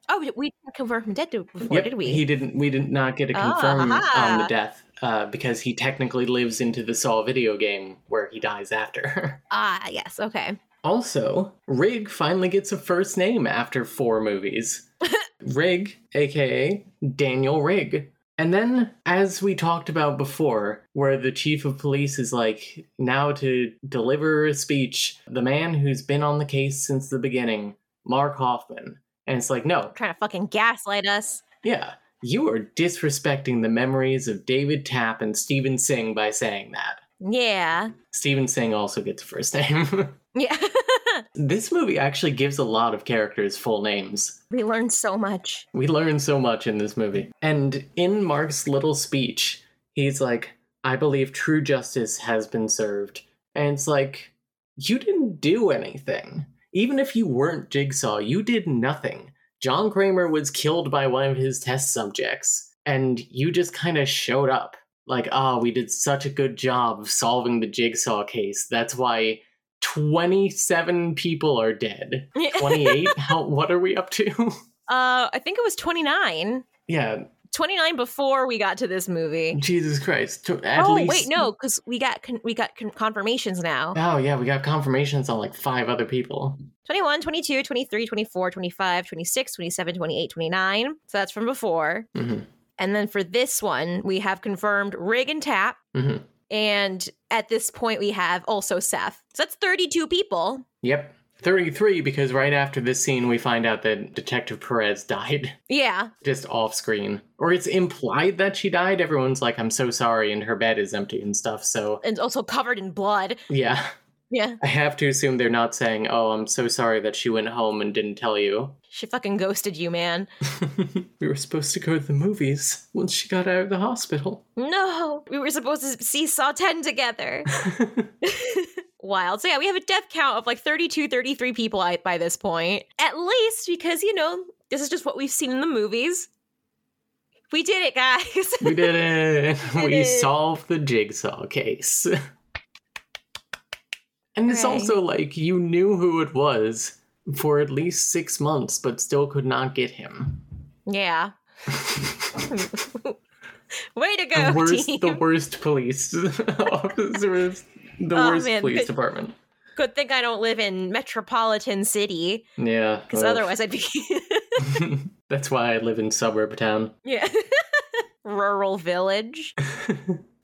B: Oh, we- we didn't confirm from dead to- before,
A: Yep,
B: did we?
A: He didn't. We did not get a
B: Ah,
A: confirm
B: haha.
A: on the death uh, because he technically lives into the Saw video game where he dies after.
B: ah, yes. Okay.
A: Also, Rig finally gets a first name after four movies. Rig, aka Daniel Rig. And then, as we talked about before, where the chief of police is like, now to deliver a speech, the man who's been on the case since the beginning, Mark Hoffman. And it's like, no,
B: Trying to fucking gaslight us.
A: yeah, you are disrespecting the memories of David Tapp and Steven Singh by saying that.
B: Yeah.
A: Steven Singh also gets a first name.
B: Yeah.
A: This movie actually gives a lot of characters full names.
B: we learned so much.
A: We learn so much in this movie. And in Mark's little speech, he's like, I believe true justice has been served. And it's like, you didn't do anything. Even if you weren't Jigsaw, you did nothing. John Kramer was killed by one of his test subjects, and you just kind of showed up. Like, ah, we did such a good job of solving the Jigsaw case. That's why 27 people are dead. 28? How, what are we up to?
B: uh, I think it was 29.
A: Yeah,
B: 29 before we got to this movie.
A: Jesus Christ. To- At
B: oh
A: least,
B: wait, no, because we got con- we got con- confirmations now.
A: Oh, yeah, we got confirmations on like five other people.
B: 21, 22, 23, 24, 25, 26, 27, 28, 29. So that's from before.
A: hmm
B: And then for this one, we have confirmed Rig and Tap.
A: Mhm.
B: And at this point, we have also Seth. So that's 32 people.
A: Yep. 33 because right after this scene we find out that Detective Perez died
B: Yeah.
A: just off screen. Or it's implied that she died. Everyone's like, I'm so sorry, and her bed is empty and stuff. So
B: And also covered in blood.
A: yeah.
B: Yeah.
A: I have to assume they're not saying, Oh, I'm so sorry that she went home and didn't tell you.
B: She fucking ghosted you, man.
A: we were supposed to go to the movies once she got out of the hospital.
B: No. We were supposed to see Saw 10 together. Wild. So yeah, we have a death count of like 32, 33 people I- by this point. At least because, you know, this is just what we've seen in the movies. We did it, guys.
A: we did it.
B: We did
A: we
B: it.
A: solved the jigsaw case. and it's
B: Hooray.
A: also like you knew who it was for at least six months, but still could not get him.
B: yeah. Way to
A: The
B: go,
A: worst,
B: team.
A: the worst police officers, the
B: Oh,
A: worst
B: man,
A: police
B: good-
A: department.
B: Good thing I don't live in metropolitan city,
A: Yeah,
B: because
A: ugh.
B: otherwise I'd be
A: that's why I live in suburb town.
B: yeah rural village.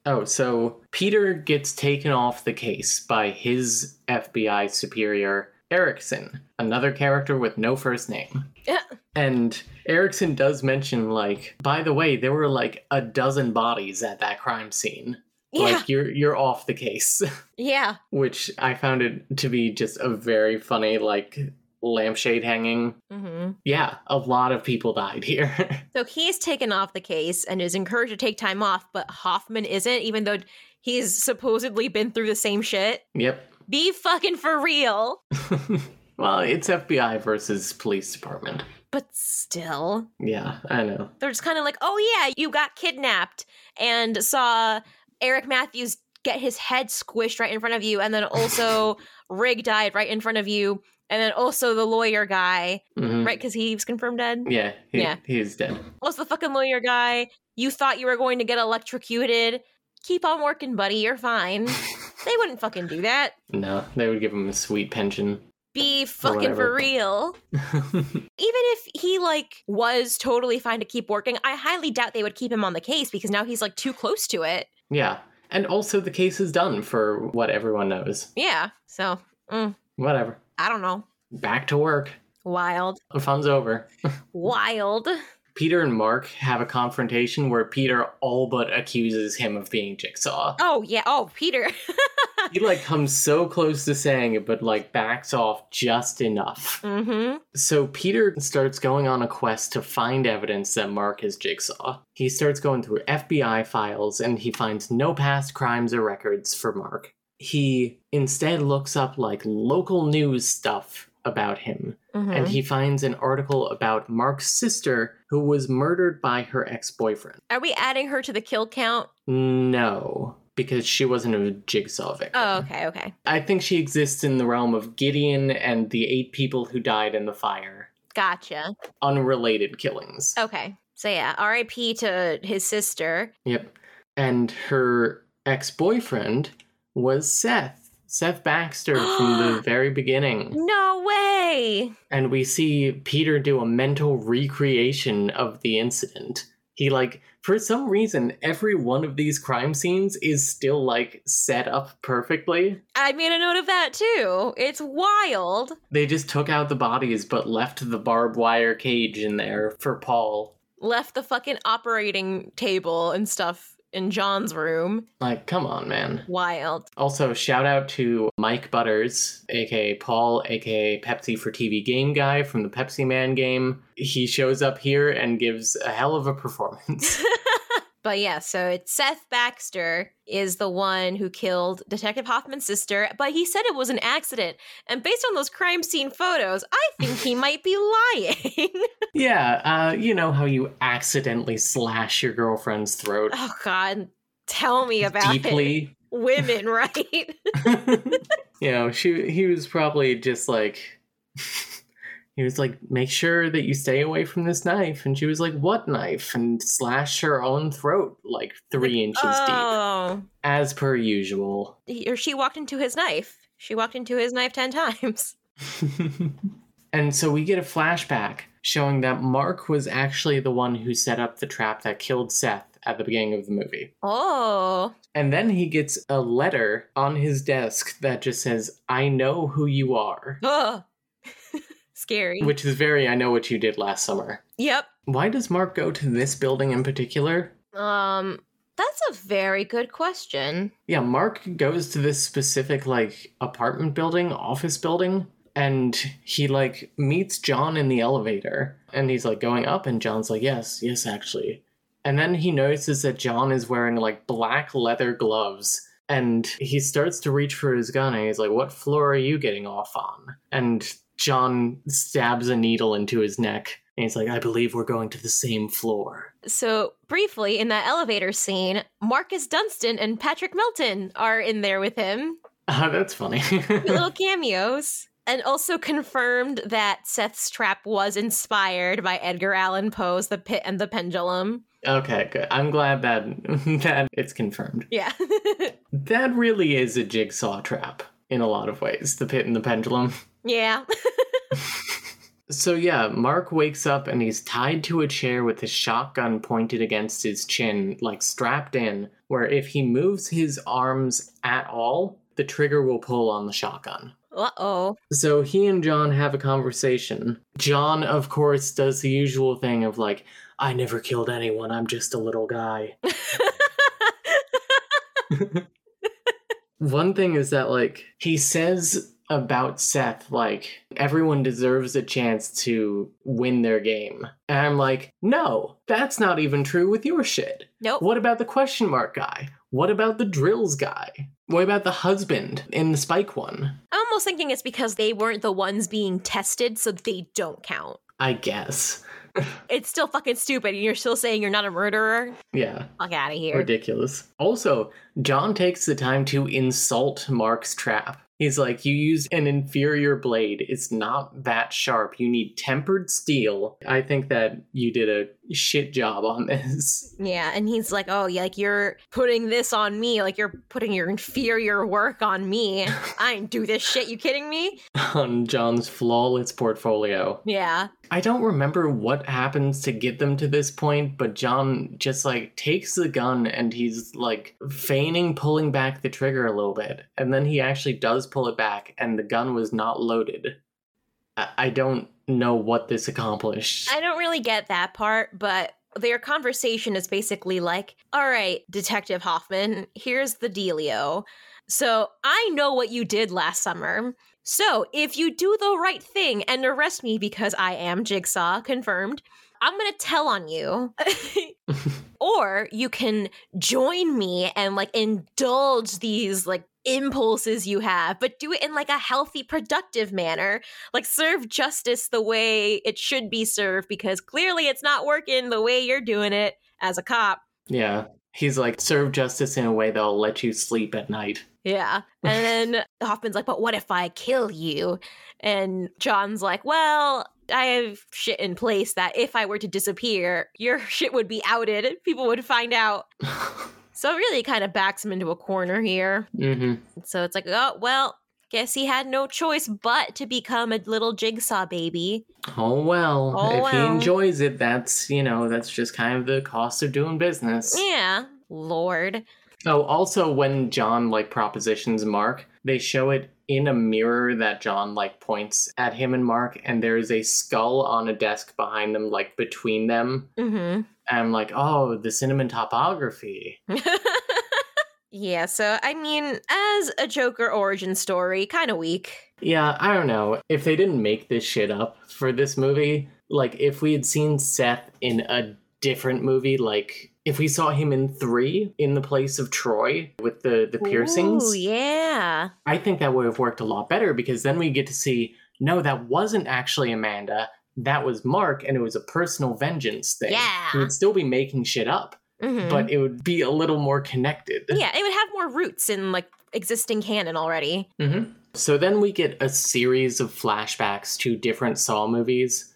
A: Oh, so Peter gets taken off the case by his FBI superior, Erickson, another character with no first name.
B: Yeah.
A: And Erickson does mention, like, by the way, there were like a dozen bodies at that crime scene.
B: Yeah,
A: Like you're you're off the case.
B: yeah,
A: Which I found it to be just a very funny, like, lampshade hanging.
B: hmm
A: Yeah, a lot of people died here.
B: So he's taken off the case and is encouraged to take time off, but Hoffman isn't, even though he's supposedly been through the same shit.
A: yep.
B: Be fucking for real.
A: Well, it's FBI versus police department.
B: But still,
A: Yeah, I know.
B: they're just kind of like, oh yeah, you got kidnapped and saw Eric Matthews get his head squished right in front of you, and then also Rig died right in front of you, and then also the lawyer guy,
A: Mhm.
B: right? Because he was confirmed dead.
A: Yeah, he,
B: Yeah.
A: he's dead.
B: Also, the fucking lawyer guy, you thought you were going to get electrocuted. Keep on working, buddy. You're fine. they wouldn't fucking do that.
A: No, they would give him a sweet pension.
B: Be fucking
A: whatever.
B: for real.
A: yeah,
B: even if he like was totally fine to keep working, I highly doubt they would keep him on the case because now he's like too close to it.
A: and also the case is done for what everyone knows.
B: Yeah. So
A: Whatever.
B: I don't know.
A: Back to work.
B: Wild.
A: Fun's over.
B: Wild.
A: Peter and Mark have a confrontation where Peter all but accuses him of being Jigsaw.
B: Oh yeah. Oh, Peter.
A: He like comes so close to saying it, but like backs off just enough.
B: mm-hmm.
A: So Peter starts going on a quest to find evidence that Mark is Jigsaw. He starts going through FBI files and he finds no past crimes or records for Mark. He instead looks up like local news stuff about him
B: hmm
A: and he finds an article about Mark's sister who was murdered by her ex-boyfriend.
B: Are we adding her to the kill count?
A: No, because she wasn't a Jigsaw victim.
B: Oh, okay, okay.
A: I think she exists in the realm of Gideon and the eight people who died in the fire.
B: Gotcha.
A: Unrelated killings.
B: Okay. So yeah, R.I.P. to his sister.
A: Yep. And her ex boyfriend was Seth, Seth Baxter from the very beginning.
B: No way.
A: And we see Peter do a mental recreation of the incident. He, like, for some reason, every one of these crime scenes is still, like, set up perfectly.
B: I made a note of that too. It's wild.
A: They just took out the bodies but left the barbed wire cage in there for Paul.
B: left the fucking operating table and stuff in John's room.
A: Like, come on, man.
B: Wild.
A: Also, shout out to Mike Butters, aka Paul, aka Pepsi for TV game guy from the Pepsi Man game. He shows up here and gives a hell of a performance.
B: But yeah, so it's Seth Baxter is the one who killed Detective Hoffman's sister, but he said it was an accident. And based on those crime scene photos, I think he might be lying.
A: yeah, uh, you know how you accidentally slash your girlfriend's throat
B: oh god, tell me about it.
A: deeply.
B: Women, right?
A: you know, she he was probably just like he was like, make sure that you stay away from this knife. And she was like, what knife? And slash her own throat like three inches deep.
B: oh.
A: As per usual.
B: He, or she walked into his knife. She walked into his knife 10 times.
A: and so we get a flashback showing that Mark was actually the one who set up the trap that killed Seth at the beginning of the movie.
B: Oh,
A: And then he gets a letter on his desk that just says, I know who you are,
B: Ugh. scary.
A: which is very, I know what you did last summer.
B: yep.
A: Why does Mark go to this building in particular?
B: Um, that's a very good question.
A: Yeah, Mark goes to this specific, like, apartment building, office building, and he, like, meets John in the elevator. And he's, like, going up, and John's like, Yes, yes, actually. And then he notices that John is wearing, like, black leather gloves. And he starts to reach for his gun, and he's like, What floor are you getting off on? And John stabs a needle into his neck. And he's like, I believe we're going to the same floor.
B: So, briefly, in that elevator scene, Marcus Dunstan and Patrick Melton are in there with him.
A: Ah, that's funny.
B: Cute little cameos. And also confirmed that Seth's trap was inspired by Edgar Allan Poe's The Pit and the Pendulum.
A: Okay, good. I'm glad that that it's confirmed.
B: Yeah.
A: That really is a jigsaw trap in a lot of ways, the pit and the pendulum.
B: yeah.
A: So yeah, Mark wakes up and he's tied to a chair with his shotgun pointed against his chin, like strapped in, where if he moves his arms at all, the trigger will pull on the shotgun.
B: Uh oh.
A: So he and John have a conversation. John, of course, does the usual thing of like, I never killed anyone, I'm just a little guy. One thing is that, like, he says about Seth, like, everyone deserves a chance to win their game. And I'm like, no, that's not even true with your shit.
B: Nope.
A: What about the question mark guy? What about the drills guy? What about the husband in the spike one?
B: I'm almost thinking it's because they weren't the ones being tested, so they don't count.
A: I guess.
B: It's still fucking stupid, and you're still saying you're not a murderer?
A: Yeah,
B: Fuck out of here.
A: ridiculous. Also, John takes the time to insult Mark's trap. He's like, You used an inferior blade. It's not that sharp. You need tempered steel. I think that you did a shit job on this.
B: Yeah, and he's like, "Oh, yeah, like you're putting this on me, like you're putting your inferior work on me. I didn't do this shit. You kidding me?
A: on John's flawless portfolio.
B: Yeah,
A: I don't remember what happens to get them to this point, but John just like takes the gun and he's like feigning pulling back the trigger a little bit. And then he actually does pull it back, and the gun was not loaded. I, I don't know what this accomplished.
B: I don't really get that part, but." Their conversation is basically like, all right, Detective Hoffman, here's the dealio. So I know what you did last summer. So if you do the right thing and arrest me because I am Jigsaw, confirmed, I'm going to tell on you. or you can join me and like indulge these like impulses you have but do it in like a healthy productive manner like serve justice the way it should be served because clearly it's not working the way you're doing it as a cop
A: yeah. He's like, serve justice in a way that'll let you sleep at night.
B: yeah and then hoffman's like but what if i kill you and john's like well i have shit in place that if i were to disappear your shit would be outed people would find out so it really kind of backs him into a corner here
A: hmm
B: So it's like, oh, well, guess he had no choice but to become a little jigsaw baby.
A: Oh well.
B: Oh,
A: if
B: well.
A: he enjoys it, that's, you know, that's just kind of the cost of doing business.
B: Yeah, Lord.
A: Oh, also when John like propositions Mark, they show it in a mirror that John like points at him and Mark, and there is a skull on a desk behind them, like between them.
B: hmm
A: And I'm like, oh, the cinnamon topography.
B: yeah, so I mean, as a Joker origin story, kind of weak.
A: Yeah, I don't know. If they didn't make this shit up for this movie, like if we had seen Seth in a different movie, like if we saw him in three in the place of Troy with the the piercings.
B: Ooh, yeah.
A: I think that would have worked a lot better because then we get to see no, that wasn't actually Amanda. That was Mark, and it was a personal vengeance thing.
B: Yeah.
A: He would still be making shit up,
B: Mhm.
A: but it would be a little more connected.
B: yeah, it would have more roots in like existing canon already.
A: Mhm. So then we get a series of flashbacks to different Saw movies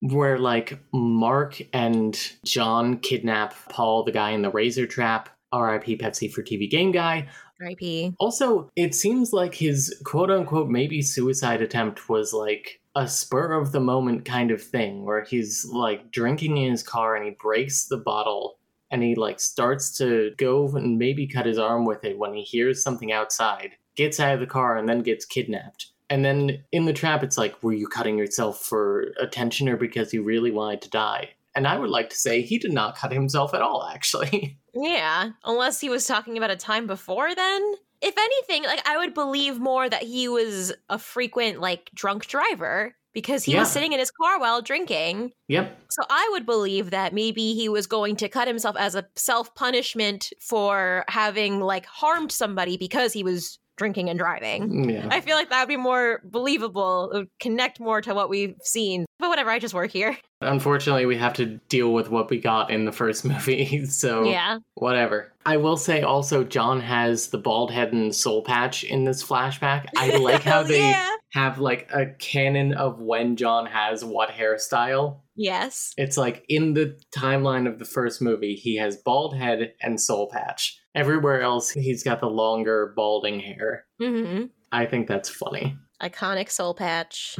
A: where, like, Mark and John kidnap Paul, the guy in the razor trap, RIP Pepsi for TV game guy,
B: R.I.P.
A: Also, it seems like his quote unquote maybe suicide attempt was like a spur of the moment kind of thing where he's like drinking in his car and he breaks the bottle and he like starts to go and maybe cut his arm with it when he hears something outside gets out of the car and then gets kidnapped and then in the trap it's like were you cutting yourself for attention or because you really wanted to die and i would like to say he did not cut himself at all actually
B: Yeah, unless he was talking about a time before then. If anything, like I would believe more that he was a frequent like drunk driver because he was
A: Yeah.
B: sitting in his car while drinking.
A: yep
B: So I would believe that maybe he was going to cut himself as a self-punishment for having like harmed somebody because he was drinking and driving.
A: yeah
B: I feel like that would be more believable, it would connect more to what we've seen. But whatever, I just work here.
A: Unfortunately, we have to deal with what we got in the first movie, so
B: Yeah.
A: whatever. I will say also, John has the bald head and soul patch in this flashback. I like how
B: Oh,
A: they
B: yeah.
A: have like a canon of when John has what hairstyle.
B: Yes.
A: It's like in the timeline of the first movie, he has bald head and soul patch. Everywhere else, he's got the longer balding hair.
B: Mhm.
A: I think that's funny.
B: iconic soul patch.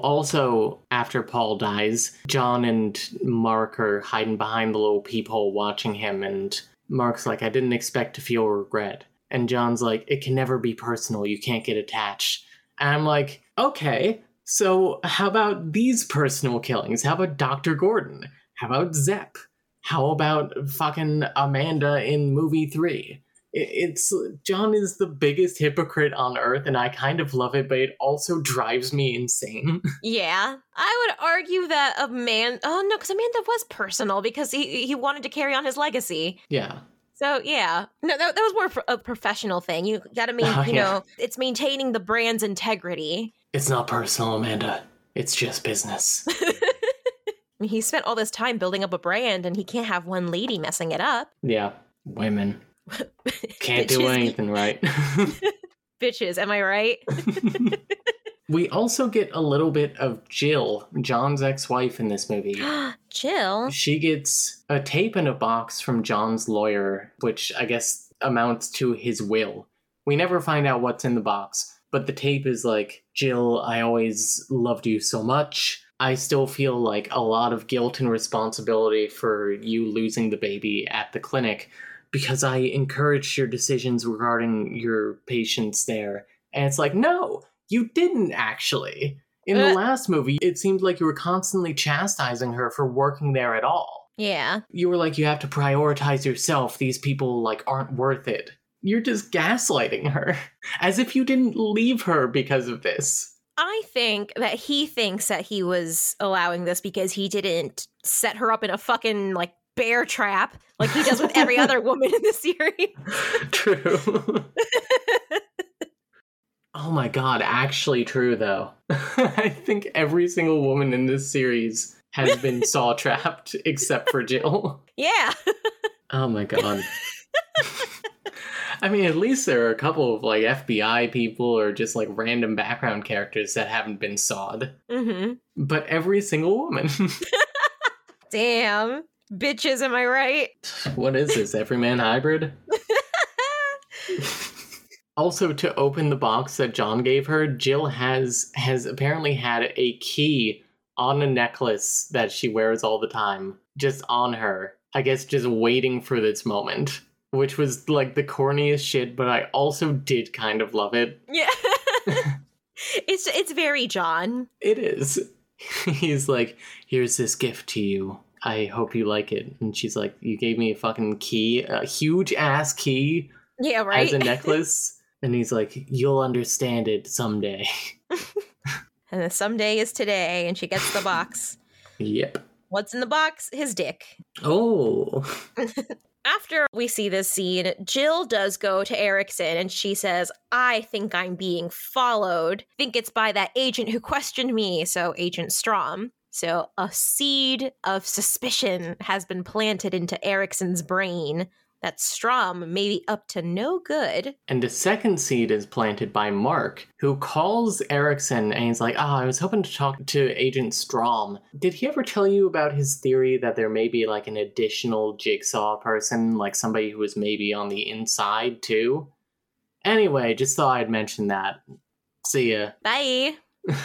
A: Also, after Paul dies, John and Mark are hiding behind the little peephole watching him, and Mark's like, I didn't expect to feel regret. And John's like, It can never be personal. You can't get attached. And I'm like, Okay, so how about these personal killings? How about Dr. Gordon? How about Zepp? How about fucking Amanda in movie three? It- it's John is the biggest hypocrite on earth, and I kind of love it, but it also drives me insane.
B: Yeah, I would argue that a man. Oh no, because Amanda was personal because he he wanted to carry on his legacy.
A: yeah,
B: So yeah, no, that, that was more pro- a professional thing. You gotta mean
A: Oh,
B: you
A: yeah.
B: know it's maintaining the brand's integrity.
A: it's not personal, Amanda. It's just business.
B: He spent all this time building up a brand, and he can't have one lady messing it up.
A: yeah, women can't do
B: Bitches.
A: anything right.
B: Bitches, am I right?
A: we also get a little bit of Jill, John's ex-wife, in this movie.
B: Chill.
A: She gets a tape in a box from John's lawyer, which I guess amounts to his will. We never find out what's in the box, but the tape is like, Jill, I always loved you so much. I still feel like a lot of guilt and responsibility for you losing the baby at the clinic because I encouraged your decisions regarding your patients there. And it's like, no, you didn't actually. In the
B: Uh.
A: last movie, it seemed like you were constantly chastising her for working there at all.
B: Yeah.
A: You were like, you have to prioritize yourself. These people, like, aren't worth it. You're just gaslighting her. As if you didn't leave her because of this.
B: I think that he thinks that he was allowing this because he didn't set her up in a fucking like bear trap like he does with every other woman in the series.
A: True. oh my god, actually true, though. I think every single woman in this series has been saw trapped except for Jill.
B: Yeah.
A: Oh my god. I mean, at least there are a couple of like FBI people or just like random background characters that haven't been sawed,
B: Mhm.
A: but every single woman.
B: Damn. Bitches, am I right?
A: what is this, everyman hybrid? also, to open the box that John gave her, Jill has has apparently had a key on a necklace that she wears all the time, just on her. I guess just waiting for this moment, which was like the corniest shit, but I also did kind of love it.
B: yeah. it's it's very John.
A: It is. He's like, here's this gift to you. I hope you like it. And she's like, you gave me a fucking key, a huge ass key
B: Yeah, right.
A: as a necklace. and he's like, you'll understand it someday.
B: and then someday is today and she gets the box.
A: yep.
B: What's in the box? His dick.
A: Oh.
B: after we see this scene, Jill does go to Erickson and she says, I think I'm being followed. Think it's by that agent who questioned me, so Agent Strom. So a seed of suspicion has been planted into Erickson's brain that Strom may be up to no good.
A: And the second seed is planted by Mark, who calls Erickson and he's like, Ah, I was hoping to talk to Agent Strom. Did he ever tell you about his theory that there may be like an additional jigsaw person, like somebody who was maybe on the inside too? Anyway, just thought I'd mention that. See ya.
B: Bye.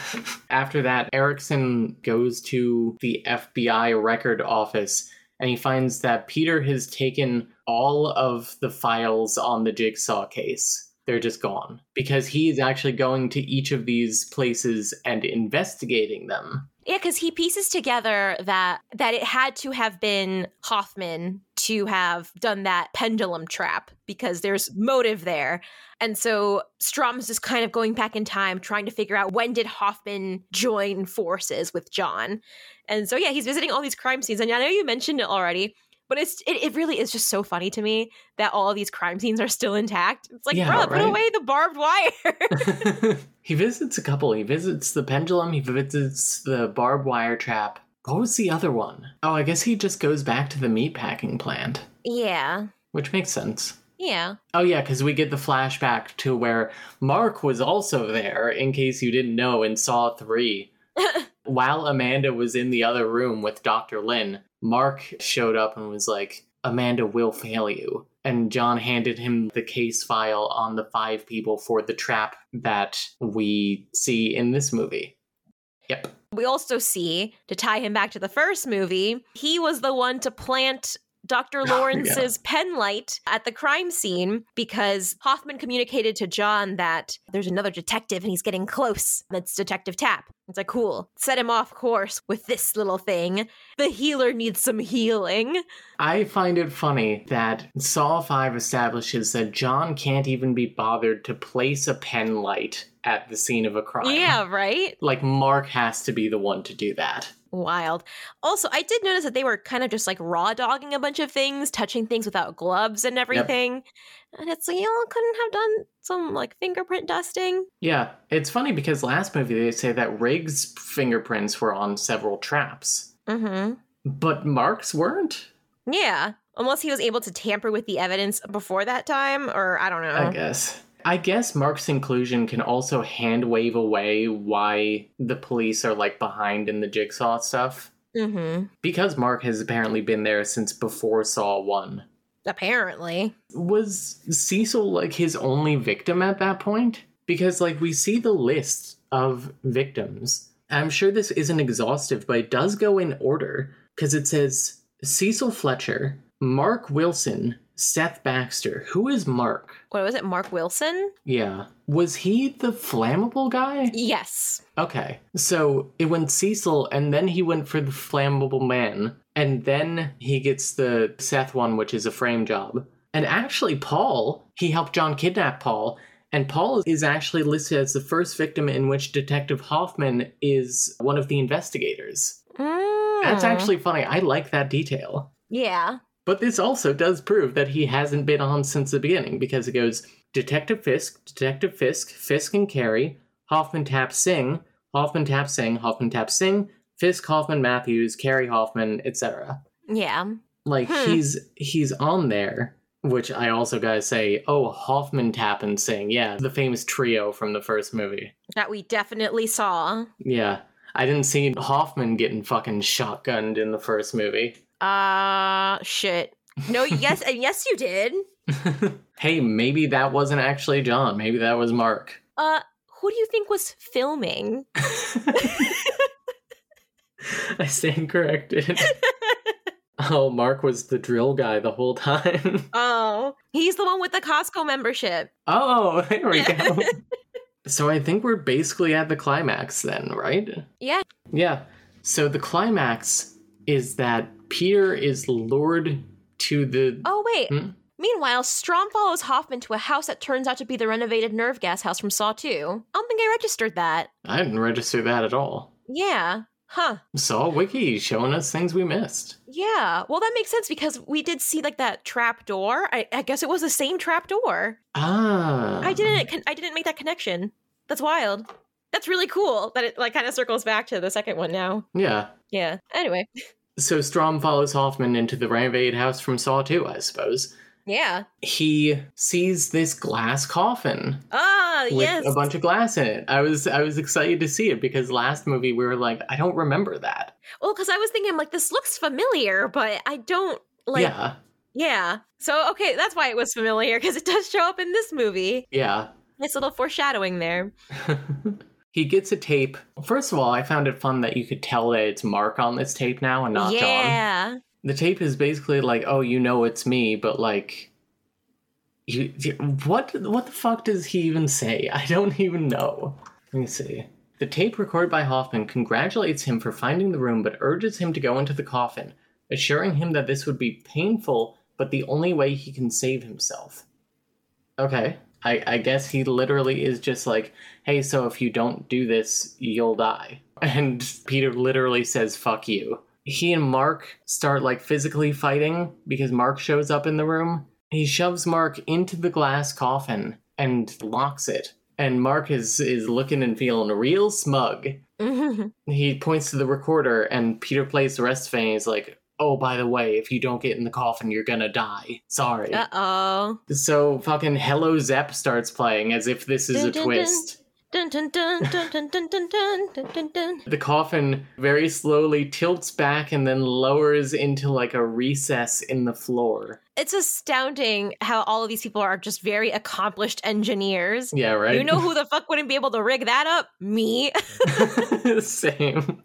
A: After that, Erickson goes to the FBI record office and he finds that Peter has taken all of the files on the jigsaw case. They're just gone because he is actually going to each of these places and investigating them.
B: Yeah, because he pieces together that that it had to have been Hoffman to have done that pendulum trap because there's motive there. And so Strom's just kind of going back in time trying to figure out when did Hoffman join forces with John. And so yeah, he's visiting all these crime scenes. And I know you mentioned it already, but it's it, it really is just so funny to me that all these crime scenes are still intact. It's like,
A: Yeah,
B: bro,
A: right?
B: put away the barbed wire.
A: he visits a couple. He visits the pendulum, he visits the barbed wire trap. What was the other one? Oh, I guess he just goes back to the meatpacking plant,
B: yeah.
A: which makes sense.
B: Yeah.
A: Oh yeah, because we get the flashback to where Mark was also there, in case you didn't know, in Saw 3. While Amanda was in the other room with Dr. Lynn, Mark showed up and was like, Amanda will fail you. And John handed him the case file on the five people for the trap that we see in this movie. Yep.
B: We also see, to tie him back to the first movie, he was the one to plant Dr.
A: yeah.
B: Lawrence's penlight at the crime scene because Hoffman communicated to John that there's another detective and he's getting close. That's Detective Tap. It's like, cool, set him off course with this little thing. The healer needs some healing.
A: I find it funny that Saw 5 establishes that John can't even be bothered to place a pen light at the scene of a crime.
B: Yeah, right?
A: Like, Mark has to be the one to do that.
B: Wild. Also, I did notice that they were kind of just like raw dogging a bunch of things, touching things without gloves and everything. And it's like, y'all couldn't have done some like fingerprint dusting.
A: Yeah, it's funny because last movie they say that Riggs' fingerprints were on several traps,
B: Mm
A: Mm-hmm. but Mark's weren't,
B: hmm. Yeah. Unless he was able to tamper with the evidence before that time, or I don't know.
A: I guess. I guess Mark's inclusion can also hand wave away why the police are like behind in the jigsaw stuff.
B: Mm hmm.
A: Because Mark has apparently been there since before Saw 1.
B: Apparently.
A: was Cecil like his only victim at that point? Because like we see the list of victims. I'm sure this isn't exhaustive, but it does go in order because it says Cecil Fletcher, Mark Wilson, Seth Baxter. Who is Mark?
B: What was it, Mark Wilson?
A: Yeah. Was he the flammable guy?
B: Yes.
A: Okay. So it went Cecil and then he went for the flammable man. And then he gets the Seth one, which is a frame job. And actually, Paul, he helped John kidnap Paul. And Paul is actually listed as the first victim in which Detective Hoffman is one of the investigators.
B: Mm.
A: That's actually funny. I like that detail.
B: Yeah.
A: But this also does prove that he hasn't been on since the beginning because it goes Detective Fisk, Detective Fisk, Fisk and Carey, Hoffman Tap Singh, Hoffman Tap Singh, Hoffman Tap Singh, Fisk Hoffman Matthews, Carey Hoffman, etc.
B: Yeah.
A: Like
B: Hmm.
A: he's he's on there, which I also gotta say, oh Hoffman Tap and Singh, yeah, the famous trio from the first movie.
B: That we definitely saw.
A: Yeah. I didn't see Hoffman getting fucking shotgunned in the first movie.
B: Uh, shit. No, yes, and yes, you did.
A: hey, maybe that wasn't actually John. Maybe that was Mark.
B: Uh, who do you think was filming?
A: I stand corrected. oh, Mark was the drill guy the whole time.
B: Oh, he's the one with the Costco membership.
A: Oh, there we go. so I think we're basically at the climax then, right?
B: Yeah.
A: Yeah. So the climax is that Peter is lured to the.
B: Oh, wait.
A: Hmm?
B: Meanwhile, Strom follows Hoffman to a house that turns out to be the renovated nerve gas house from Saw 2. I don't think I registered that.
A: I didn't register that at all.
B: Yeah. Huh.
A: Saw Wiki showing us things we missed.
B: Yeah. Well, that makes sense because we did see like that trap door. I, I guess it was the same trap door.
A: Ah.
B: I didn't. con- I didn't make that connection. That's wild. That's really cool that it like kind of circles back to the second one now.
A: Yeah.
B: Yeah. Anyway.
A: So Strom follows Hoffman into the renovated house from Saw 2, I suppose.
B: Yeah.
A: He sees this glass coffin
B: Ah.
A: with
B: yes.
A: a bunch of glass in it. I was I was excited to see it because last movie we were like, I don't remember that.
B: Well, because I was thinking, I'm like, this looks familiar, but I don't like. Yeah.
A: yeah.
B: So okay, that's why it was familiar because it does show up in this movie.
A: Yeah.
B: Nice little foreshadowing there.
A: he gets a tape. First of all, I found it fun that you could tell that it's Mark on this tape now and not John.
B: yeah.
A: The tape is basically like, oh, you know it's me, but like, you, you- what what the fuck does he even say? I don't even know. Let me see. The tape recorded by Hoffman congratulates him for finding the room, but urges him to go into the coffin, assuring him that this would be painful, but the only way he can save himself. Okay, I, I guess he literally is just like, hey, so if you don't do this, you'll die. And Peter literally says, fuck you. He and Mark start like physically fighting because Mark shows up in the room. He shoves Mark into the glass coffin and locks it. And Mark is, is looking and feeling real smug. He points to the recorder and Peter plays the rest of it and he's like, oh, by the way, if you don't get in the coffin, you're gonna die. Sorry.
B: uh oh.
A: So fucking Hello Zep starts playing as if this is
B: Dun,
A: a
B: dun, dun.
A: twist.
B: Dun dun dun dun dun dun dun dun dun dun dun.
A: The coffin very slowly tilts back and then lowers into like a recess in the floor.
B: It's astounding how all of these people are just very accomplished engineers.
A: Yeah, right?
B: You know who the fuck wouldn't be able to rig that up? Me.
A: Same.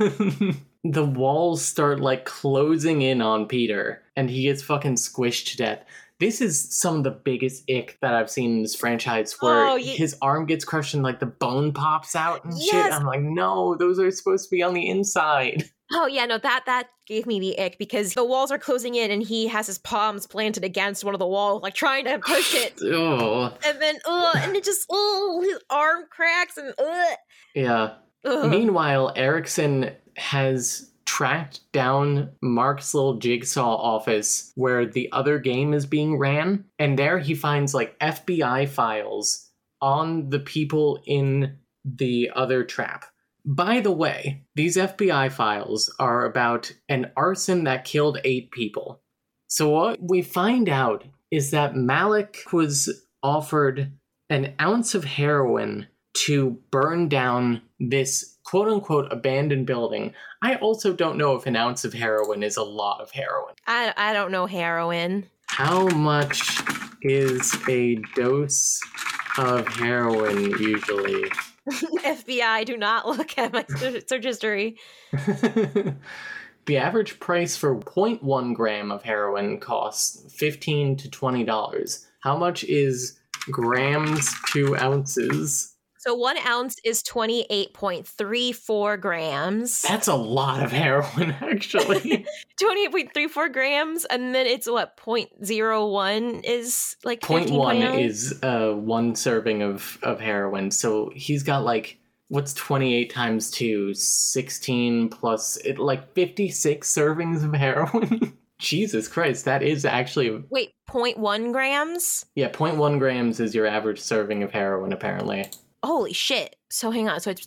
A: the walls start like closing in on Peter and he gets fucking squished to death. This is some of the biggest ick that I've seen in this franchise where
B: Oh, ye-
A: his arm gets crushed and like the bone pops out and shit.
B: Yes.
A: I'm like, no, those are supposed to be on the inside.
B: Oh yeah, no, that that gave me the ick because the walls are closing in and he has his palms planted against one of the walls, like trying to push it.
A: Oh,
B: And then ugh, and it just ugh, his arm cracks and ugh,
A: yeah.
B: ugh.
A: Meanwhile, Erickson has tracked down Mark's little jigsaw office where the other game is being ran, and there he finds like FBI files on the people in the other trap. By the way, these FBI files are about an arson that killed eight people. So, what we find out is that Malik was offered an ounce of heroin to burn down this quote unquote abandoned building. I also don't know if an ounce of heroin is a lot of heroin.
B: I I don't know heroin.
A: How much is a dose of heroin usually?
B: FBI, do not look at my search search history.
A: the average price for 0.1 gram of heroin costs 15 to $20. How much is grams to ounces?
B: So one ounce is twenty eight point three four grams.
A: That's a lot of heroin, actually.
B: Twenty eight point three four grams, and then it's what point zero one is like
A: Point
B: 15
A: one
B: grams?
A: is uh, one serving of, of heroin. So he's got like, what's 28 times 2? 16 plus, it, like 56 servings of heroin. Jesus Christ, that is actually,
B: wait point one grams.
A: yeah, 0.1 grams is your average serving of heroin, apparently.
B: Holy shit. So hang on. So it's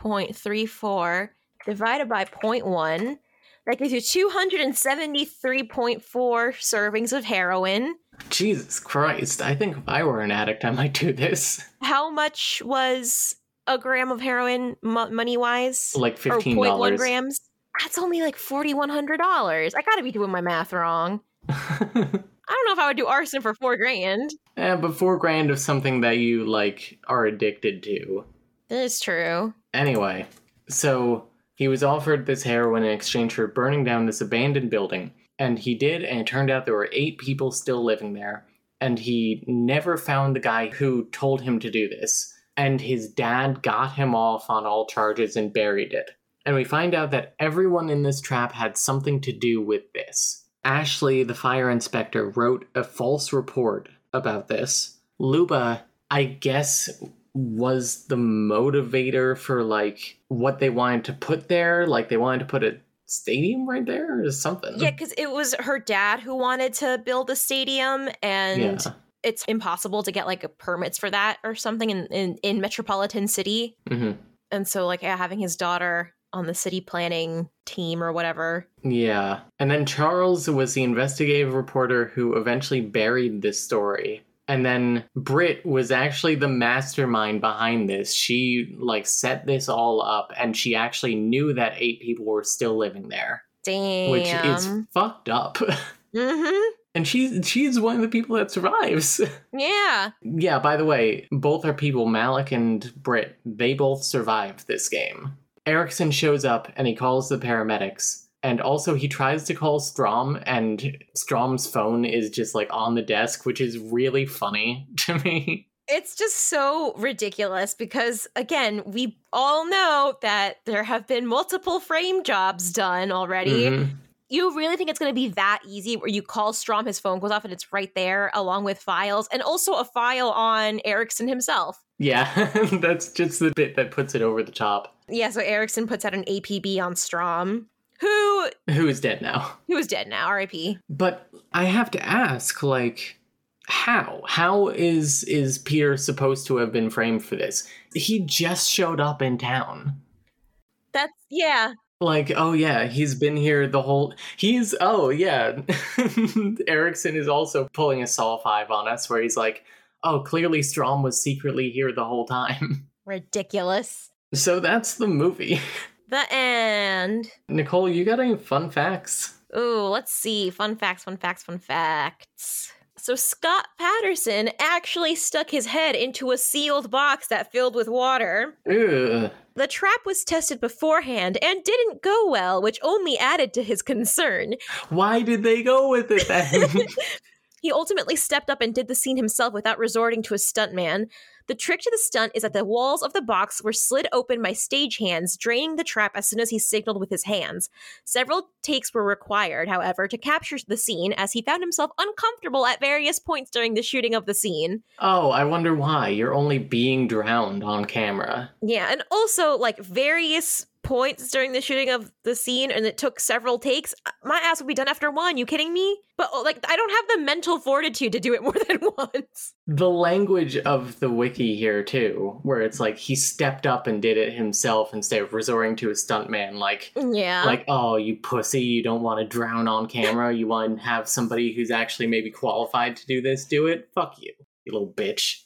B: 28.34 divided by 0.1. That gives you 273.4 servings of heroin.
A: Jesus Christ, I think if I were an addict, I might do this.
B: How much was a gram of heroin money wise?
A: Like
B: Or
A: $15.
B: 0.1 grams? That's only like $4,100. I gotta be doing my math wrong. I don't know if I would do arson for four grand.
A: Eh, but four grand of something that you, like, are addicted to.
B: That is true.
A: Anyway, so he was offered this heroin in exchange for burning down this abandoned building, and he did, and it turned out there were eight people still living there, and he never found the guy who told him to do this, and his dad got him off on all charges and buried it. And we find out that everyone in this trap had something to do with this. Ashley, the fire inspector, wrote a false report about this. Luba, I guess, was the motivator for like what they wanted to put there. Like they wanted to put a stadium right there or something.
B: Yeah, because it was her dad who wanted to build a stadium, and
A: Yeah.
B: it's impossible to get like permits for that or something in, in, in metropolitan city.
A: hmm
B: And so like yeah, having his daughter on the city planning team or whatever.
A: Yeah. And then Charles was the investigative reporter who eventually buried this story. And then Britt was actually the mastermind behind this. She like set this all up and she actually knew that eight people were still living there,
B: Damn.
A: which is fucked up.
B: mm-hmm.
A: and she's she's one of the people that survives.
B: Yeah.
A: yeah, by the way, both are people, Malik and Britt, they both survived this game. Erickson shows up and he calls the paramedics, And also, he tries to call Strom, and Strom's phone is just like on the desk, which is really funny to me.
B: It's just so ridiculous because, again, we all know that there have been multiple frame jobs done already.
A: Mhm.
B: You really think it's going to be that easy where you call Strom, his phone goes off, and it's right there along with files and also a file on Erickson himself.
A: Yeah, that's just the bit that puts it over the top.
B: Yeah, so Erickson puts out an APB on Strom, who
A: Who is dead now?
B: who is dead now, RIP.
A: But I have to ask, like, how? How is is Peter supposed to have been framed for this? He just showed up in town.
B: That's yeah.
A: Like, oh yeah, he's been here the whole. He's oh yeah. Erickson is also pulling a Saw Five on us, where he's like, oh, clearly Strom was secretly here the whole time.
B: Ridiculous.
A: So that's the movie.
B: The end.
A: Nicole, you got any fun facts?
B: Ooh, let's see. Fun facts, fun facts, fun facts. So Scott Patterson actually stuck his head into a sealed box that filled with water.
A: Ugh.
B: The trap was tested beforehand and didn't go well, which only added to his concern.
A: Why did they go with it then?
B: He ultimately stepped up and did the scene himself without resorting to a stuntman. The trick to the stunt is that the walls of the box were slid open by stagehands, draining the trap as soon as he signaled with his hands. Several takes were required, however, to capture the scene, as he found himself uncomfortable at various points during the shooting of the scene.
A: Oh, I wonder why. You're only being drowned on camera.
B: Yeah, and also, like, various points during the shooting of the scene, and it took several takes. Uh, My ass would be done after one. You kidding me? But, oh, like, I don't have the mental fortitude to do it more than once.
A: The language of the wiki here, too, where it's like he stepped up and did it himself instead of resorting to a stuntman, like.
B: Yeah.
A: Like, oh, you pussy, you don't want to drown on camera. You want to have somebody who's actually maybe qualified to do this do it. Fuck you, you little bitch.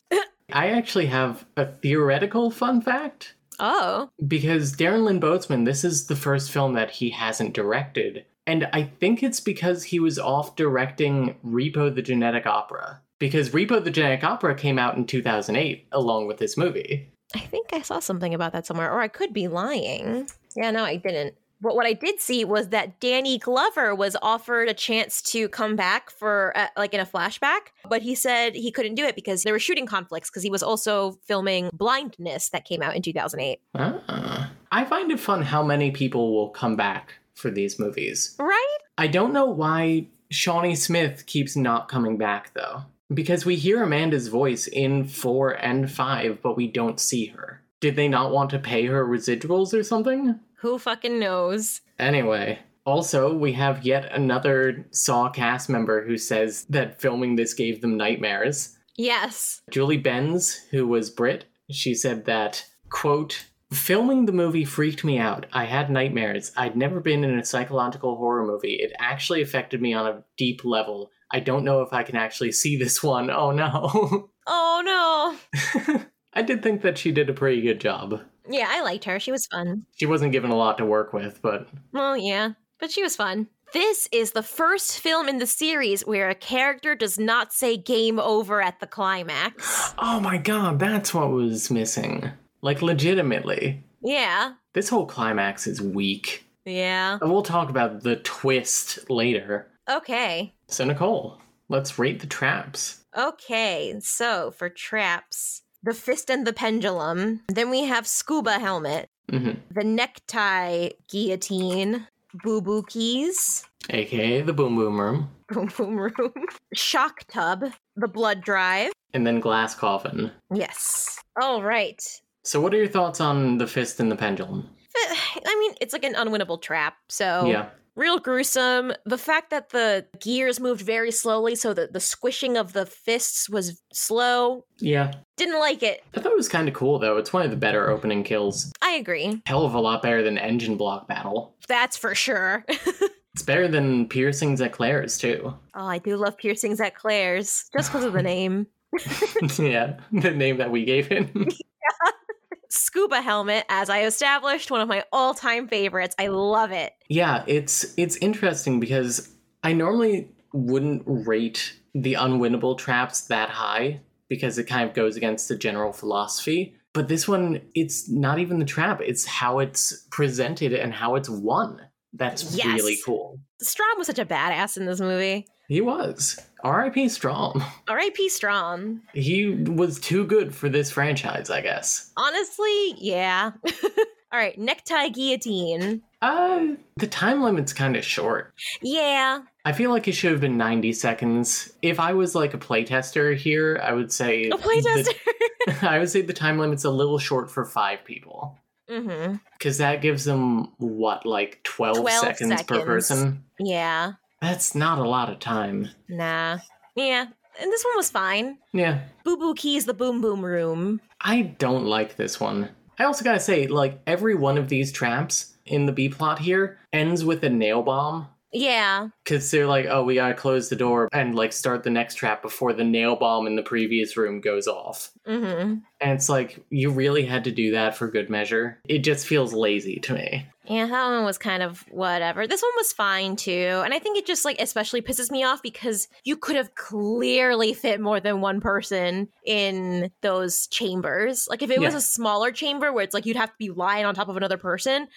A: I actually have a theoretical fun fact.
B: oh.
A: because Darren Lynn Boatsman, this is the first film that he hasn't directed. And I think it's because he was off directing Repo the Genetic Opera. Because Repo the Genetic Opera came out in 2008 along with this movie.
B: I think I saw something about that somewhere, or I could be lying. Yeah, no, I didn't. But what I did see was that Danny Glover was offered a chance to come back for uh, like in a flashback, but he said he couldn't do it because there were shooting conflicts because he was also filming Blindness that came out in 2008.
A: Ah. I find it fun how many people will come back for these movies.
B: Right?
A: I don't know why Shawnee Smith keeps not coming back, though. Because we hear Amanda's voice in 4 and 5, but we don't see her. Did they not want to pay her residuals or something?
B: Who fucking knows?
A: Anyway, also, we have yet another Saw cast member who says that filming this gave them nightmares.
B: Yes.
A: Julie Benz, who was Brit, she said that, quote, Filming the movie freaked me out. I had nightmares. I'd never been in a psychological horror movie. It actually affected me on a deep level. I don't know if I can actually see this one. Oh no.
B: Oh
A: I did think that she did a pretty good job.
B: no. Yeah, I liked her. She was fun.
A: She wasn't given a lot to work with, but
B: Well, yeah, but she was fun. This is the first film in the series where a character does not say game over at the climax.
A: Oh my god, that's what was missing. Like, legitimately.
B: Yeah.
A: This whole climax is weak.
B: Yeah.
A: And We'll talk about the twist later.
B: Okay.
A: So, Nicole, let's rate the traps.
B: Okay. So for traps, the fist and the pendulum. Then we have scuba helmet,
A: hmm
B: the necktie guillotine, boo boo keys,
A: AKA the Boom Boom Room,
B: boom boom room, shock tub, the blood drive.
A: and then Glass Coffin.
B: Yes. All right.
A: So, what are your thoughts on the fist and the pendulum?
B: I mean, it's like an unwinnable trap. So
A: Yeah.
B: real gruesome. The fact that the gears moved very slowly, so that the squishing of the fists was slow.
A: Yeah.
B: Didn't like it.
A: I thought it was kind of cool, though. It's one of the better opening kills.
B: I agree.
A: Hell of a lot better than Engine Block Battle.
B: That's for sure.
A: It's better than Piercings at Claire's, too.
B: oh, I do love piercings at Claire's just because of the name.
A: yeah, the name that we gave it.
B: Scuba helmet, as I established, one of my all time favorites. I love it.
A: Yeah, it's it's interesting because I normally wouldn't rate the unwinnable traps that high because it kind of goes against the general philosophy. But this one, it's not even the trap, it's how it's presented and how it's won. That's
B: Yes.
A: really cool.
B: Strom was such a badass in this movie.
A: He was. R.I.P. Strom.
B: R.I.P. Strom.
A: He was too good for this franchise, I guess.
B: Honestly, yeah. All right, necktie guillotine.
A: Uh, the time limit's kind of short.
B: Yeah.
A: I feel like it should have been 90 seconds. If I was like a playtester here, I would say
B: A playtester.
A: the- I would say the time limit's a little short for five people
B: mm-hmm.
A: because that gives them what like 12,
B: 12
A: seconds, per
B: seconds.
A: person.
B: Yeah.
A: That's not a lot of time.
B: Nah. Yeah. And this one was fine.
A: Yeah,
B: Boo Boo Keys the Boom Boom Room.
A: I don't like this one. I also gotta say, like every one of these traps in the B plot here ends with a nail bomb.
B: Yeah.
A: Because they're like, oh, we gotta close the door and like start the next trap before the nail bomb in the previous room goes off.
B: Mm-hmm.
A: And it's like, you really had to do that for good measure. It just feels lazy to me.
B: Yeah, that one was kind of whatever. This one was fine too. And I think it just like especially pisses me off because you could have clearly fit more than one person in those chambers. Like if it was
A: Yeah.
B: a smaller chamber where it's like you'd have to be lying on top of another person,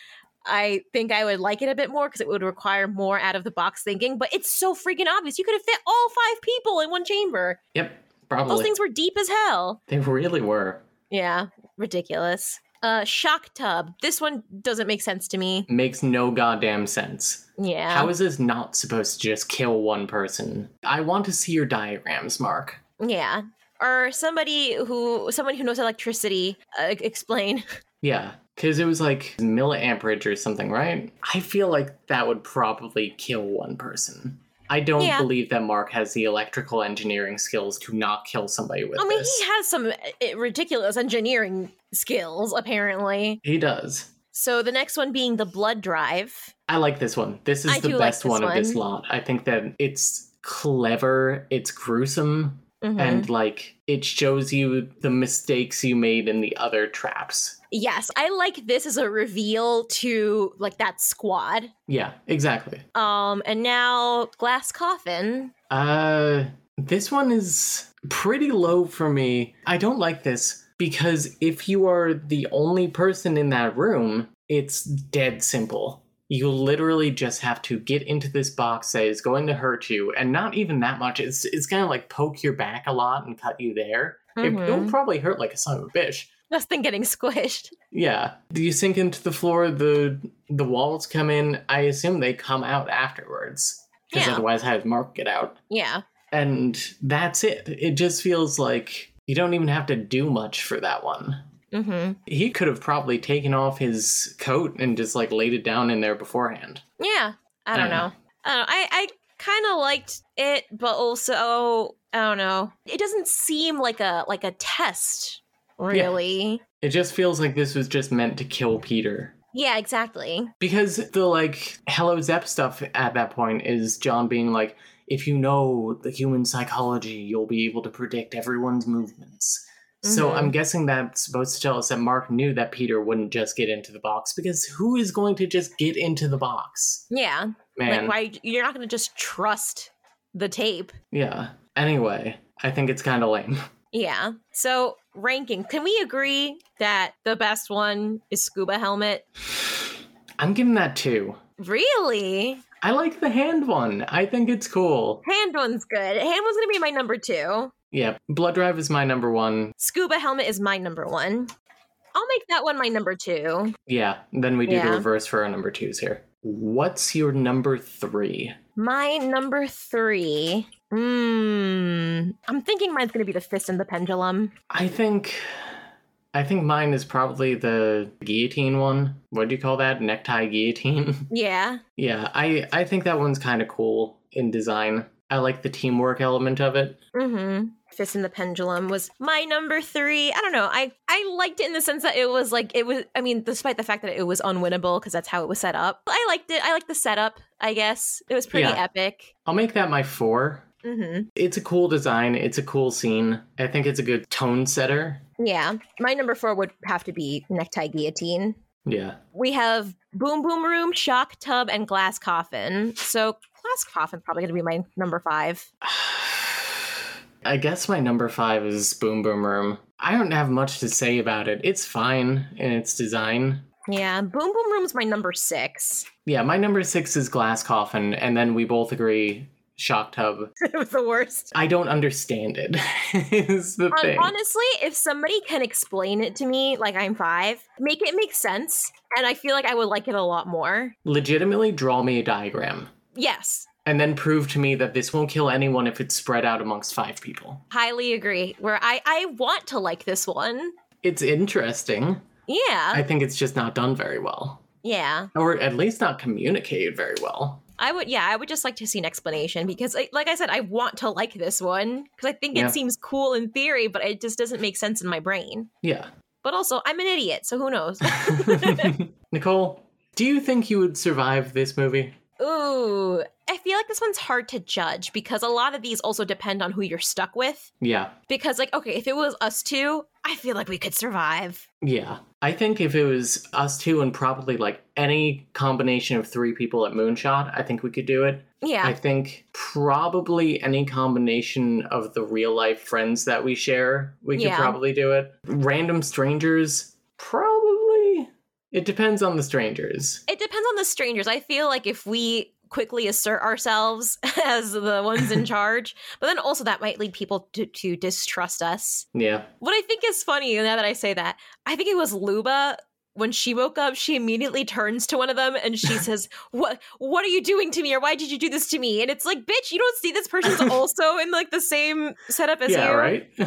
B: I think I would like it a bit more because it would require more out of the box thinking. But it's so freaking obvious. You could have fit all five people in one chamber.
A: Yep,
B: Those
A: probably.
B: things were deep as hell.
A: they really were.
B: Yeah, ridiculous. Uh, shock tub. This one doesn't make sense to me.
A: Makes no goddamn sense.
B: Yeah.
A: How is this not supposed to just kill one person? I want to see your diagrams, Mark.
B: Yeah. Or somebody who someone who knows electricity uh, explain.
A: Yeah, because it was like milliamperage or something, right? I feel like that would probably kill one person. I don't
B: Yeah.
A: believe that Mark has the electrical engineering skills to not kill somebody with
B: I mean,
A: this.
B: he has some uh, ridiculous engineering skills apparently.
A: he does.
B: So the next one being the blood drive.
A: I like this one. This is
B: I
A: the
B: do like
A: best
B: this
A: one, of this
B: one.
A: lot. I think that it's clever, it's gruesome,
B: Mhm.
A: and like it shows you the mistakes you made in the other traps.
B: yes, I like this as a reveal to like that squad.
A: Yeah, exactly.
B: Um, and now glass coffin.
A: Uh this one is pretty low for me. I don't like this because if you are the only person in that room, it's dead simple. You literally just have to get into this box that is going to hurt you, and not even that much. It's it's gonna like poke your back a lot and cut you there. It, it'll
B: Mhm.
A: probably hurt like a son of a bitch.
B: This thing getting squished.
A: Yeah. Do you sink into the floor? The the walls come in. I assume they come out afterwards, because
B: Yeah.
A: otherwise, how does Mark get out?
B: Yeah.
A: and that's it. It just feels like you don't even have to do much for that one.
B: Mm-hmm.
A: He could have probably taken off his coat and just like laid it down in there beforehand.
B: Yeah, I
A: I
B: don't
A: don't
B: know. I don't know. I, I kind of liked it, but also I don't know. It doesn't seem like a like a test, really.
A: It just feels like this was just meant to kill Peter.
B: Yeah, exactly.
A: Because the like Hello Zep stuff at that point is John being like, if you know the human psychology, you'll be able to predict everyone's movements. So
B: Mhm.
A: I'm guessing that's supposed to tell us that Mark knew that Peter wouldn't just get into the box because who is going to just get into the box?
B: Yeah,
A: Man.
B: like why you're not going to just trust the tape.
A: Yeah. Anyway, I think it's kind of lame.
B: Yeah. So ranking, can we agree that the best one is scuba helmet?
A: I'm giving that two.
B: Really,
A: I like the hand one. I think it's cool.
B: hand one's good. Hand one's going to be my number two.
A: Yeah, Blood Drive is my number one.
B: Scuba helmet is my number one. I'll make that one my number two.
A: Yeah, then we do the
B: Yeah.
A: reverse for our number twos here. What's your number three?
B: My number three. Hmm. I'm thinking mine's gonna be the fist and the pendulum.
A: I think. I think mine is probably the guillotine one. What do you call that? Necktie guillotine?
B: Yeah.
A: yeah, I, I think that one's kind of cool in design. I like the teamwork element of it.
B: Mm-hmm. Fist and the pendulum was my number three. I don't know. I I liked it in the sense that it was like it was. I mean, despite the fact that it was unwinnable because that's how it was set up. I liked it. I liked the setup. I guess it was pretty
A: Yeah.
B: epic.
A: I'll make that my four.
B: Mm-hmm.
A: it's a cool design. It's a cool scene. I think it's a good tone setter.
B: Yeah. My number four would have to be necktie guillotine.
A: Yeah.
B: we have boom boom room shock tub and glass coffin so glass coffin probably going to be my number five
A: I guess my number five is Boom Boom Room. I don't have much to say about it. It's fine in its design.
B: Yeah, Boom Boom Room's my number six.
A: Yeah, my number six is Glass Coffin, and then we both agree Shock Tub.
B: it was the worst.
A: I don't understand it. is the
B: Hon-
A: thing.
B: honestly, if somebody can explain it to me, like I'm five, make it make sense, and I feel like I would like it a lot more.
A: Legitimately, draw me a diagram,
B: Yes,
A: and then prove to me that this won't kill anyone if it's spread out amongst five people.
B: highly agree. Where I I want to like this one.
A: It's interesting.
B: Yeah,
A: I think it's just not done very well,
B: yeah.
A: or at least not communicated very well.
B: I would, yeah, I would just like to see an explanation because, I, like I said, I want to like this one because I think
A: Yeah.
B: it seems cool in theory, but it just doesn't make sense in my brain.
A: Yeah.
B: But also, I'm an idiot, so who knows?
A: Nicole, do you think you would survive this movie?
B: Ooh, I feel like this one's hard to judge because a lot of these also depend on who you're stuck with.
A: Yeah.
B: Because, like, okay, if it was us two, I feel like we could survive.
A: Yeah. I think if it was us two and probably like any combination of three people at Moonshot, I think we could do it.
B: Yeah,
A: I think probably any combination of the real life friends that we share, we
B: Yeah.
A: could probably do it. Random strangers, probably. It depends on the strangers.
B: it depends on the strangers. I feel like if we quickly assert ourselves as the ones in charge, but then also that might lead people to, to distrust us.
A: Yeah.
B: What I think is funny now that I say that, I think it was Luba when she woke up, she immediately turns to one of them and she says, "What what are you doing to me or why did you do this to me?" And it's like, "Bitch, you don't see this person's also in like the same setup as
A: yeah,
B: you."
A: right?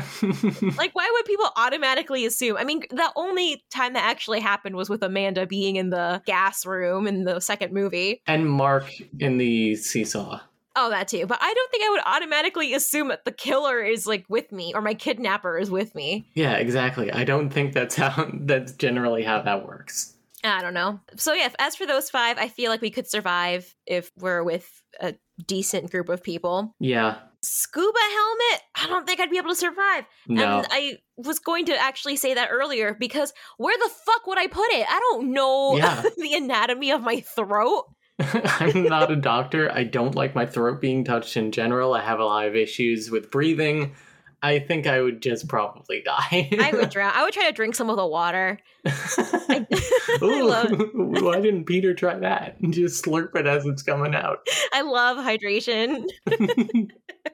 B: Like why would people automatically assume? I mean, the only time that actually happened was with Amanda being in the gas room in the second movie.
A: and Mark in the seesaw.
B: Oh, that too. But I don't think I would automatically assume that the killer is like with me or my kidnapper is with me.
A: Yeah, exactly. I don't think that's how that's generally how that works.
B: I don't know. So yeah, as for those five, I feel like we could survive if we're with a decent group of people.
A: Yeah.
B: Scuba helmet, I don't think I'd be able to survive.
A: No.
B: And I was going to actually say that earlier because where the fuck would I put it? I don't know
A: Yeah.
B: the anatomy of my throat.
A: I'm not a doctor. I don't like my throat being touched in general. I have a lot of issues with breathing. I think I would just probably die.
B: I would drown. I would try to drink some of the water.
A: Ooh,
B: love-
A: why didn't Peter try that? Just slurp it as it's coming out.
B: I love hydration.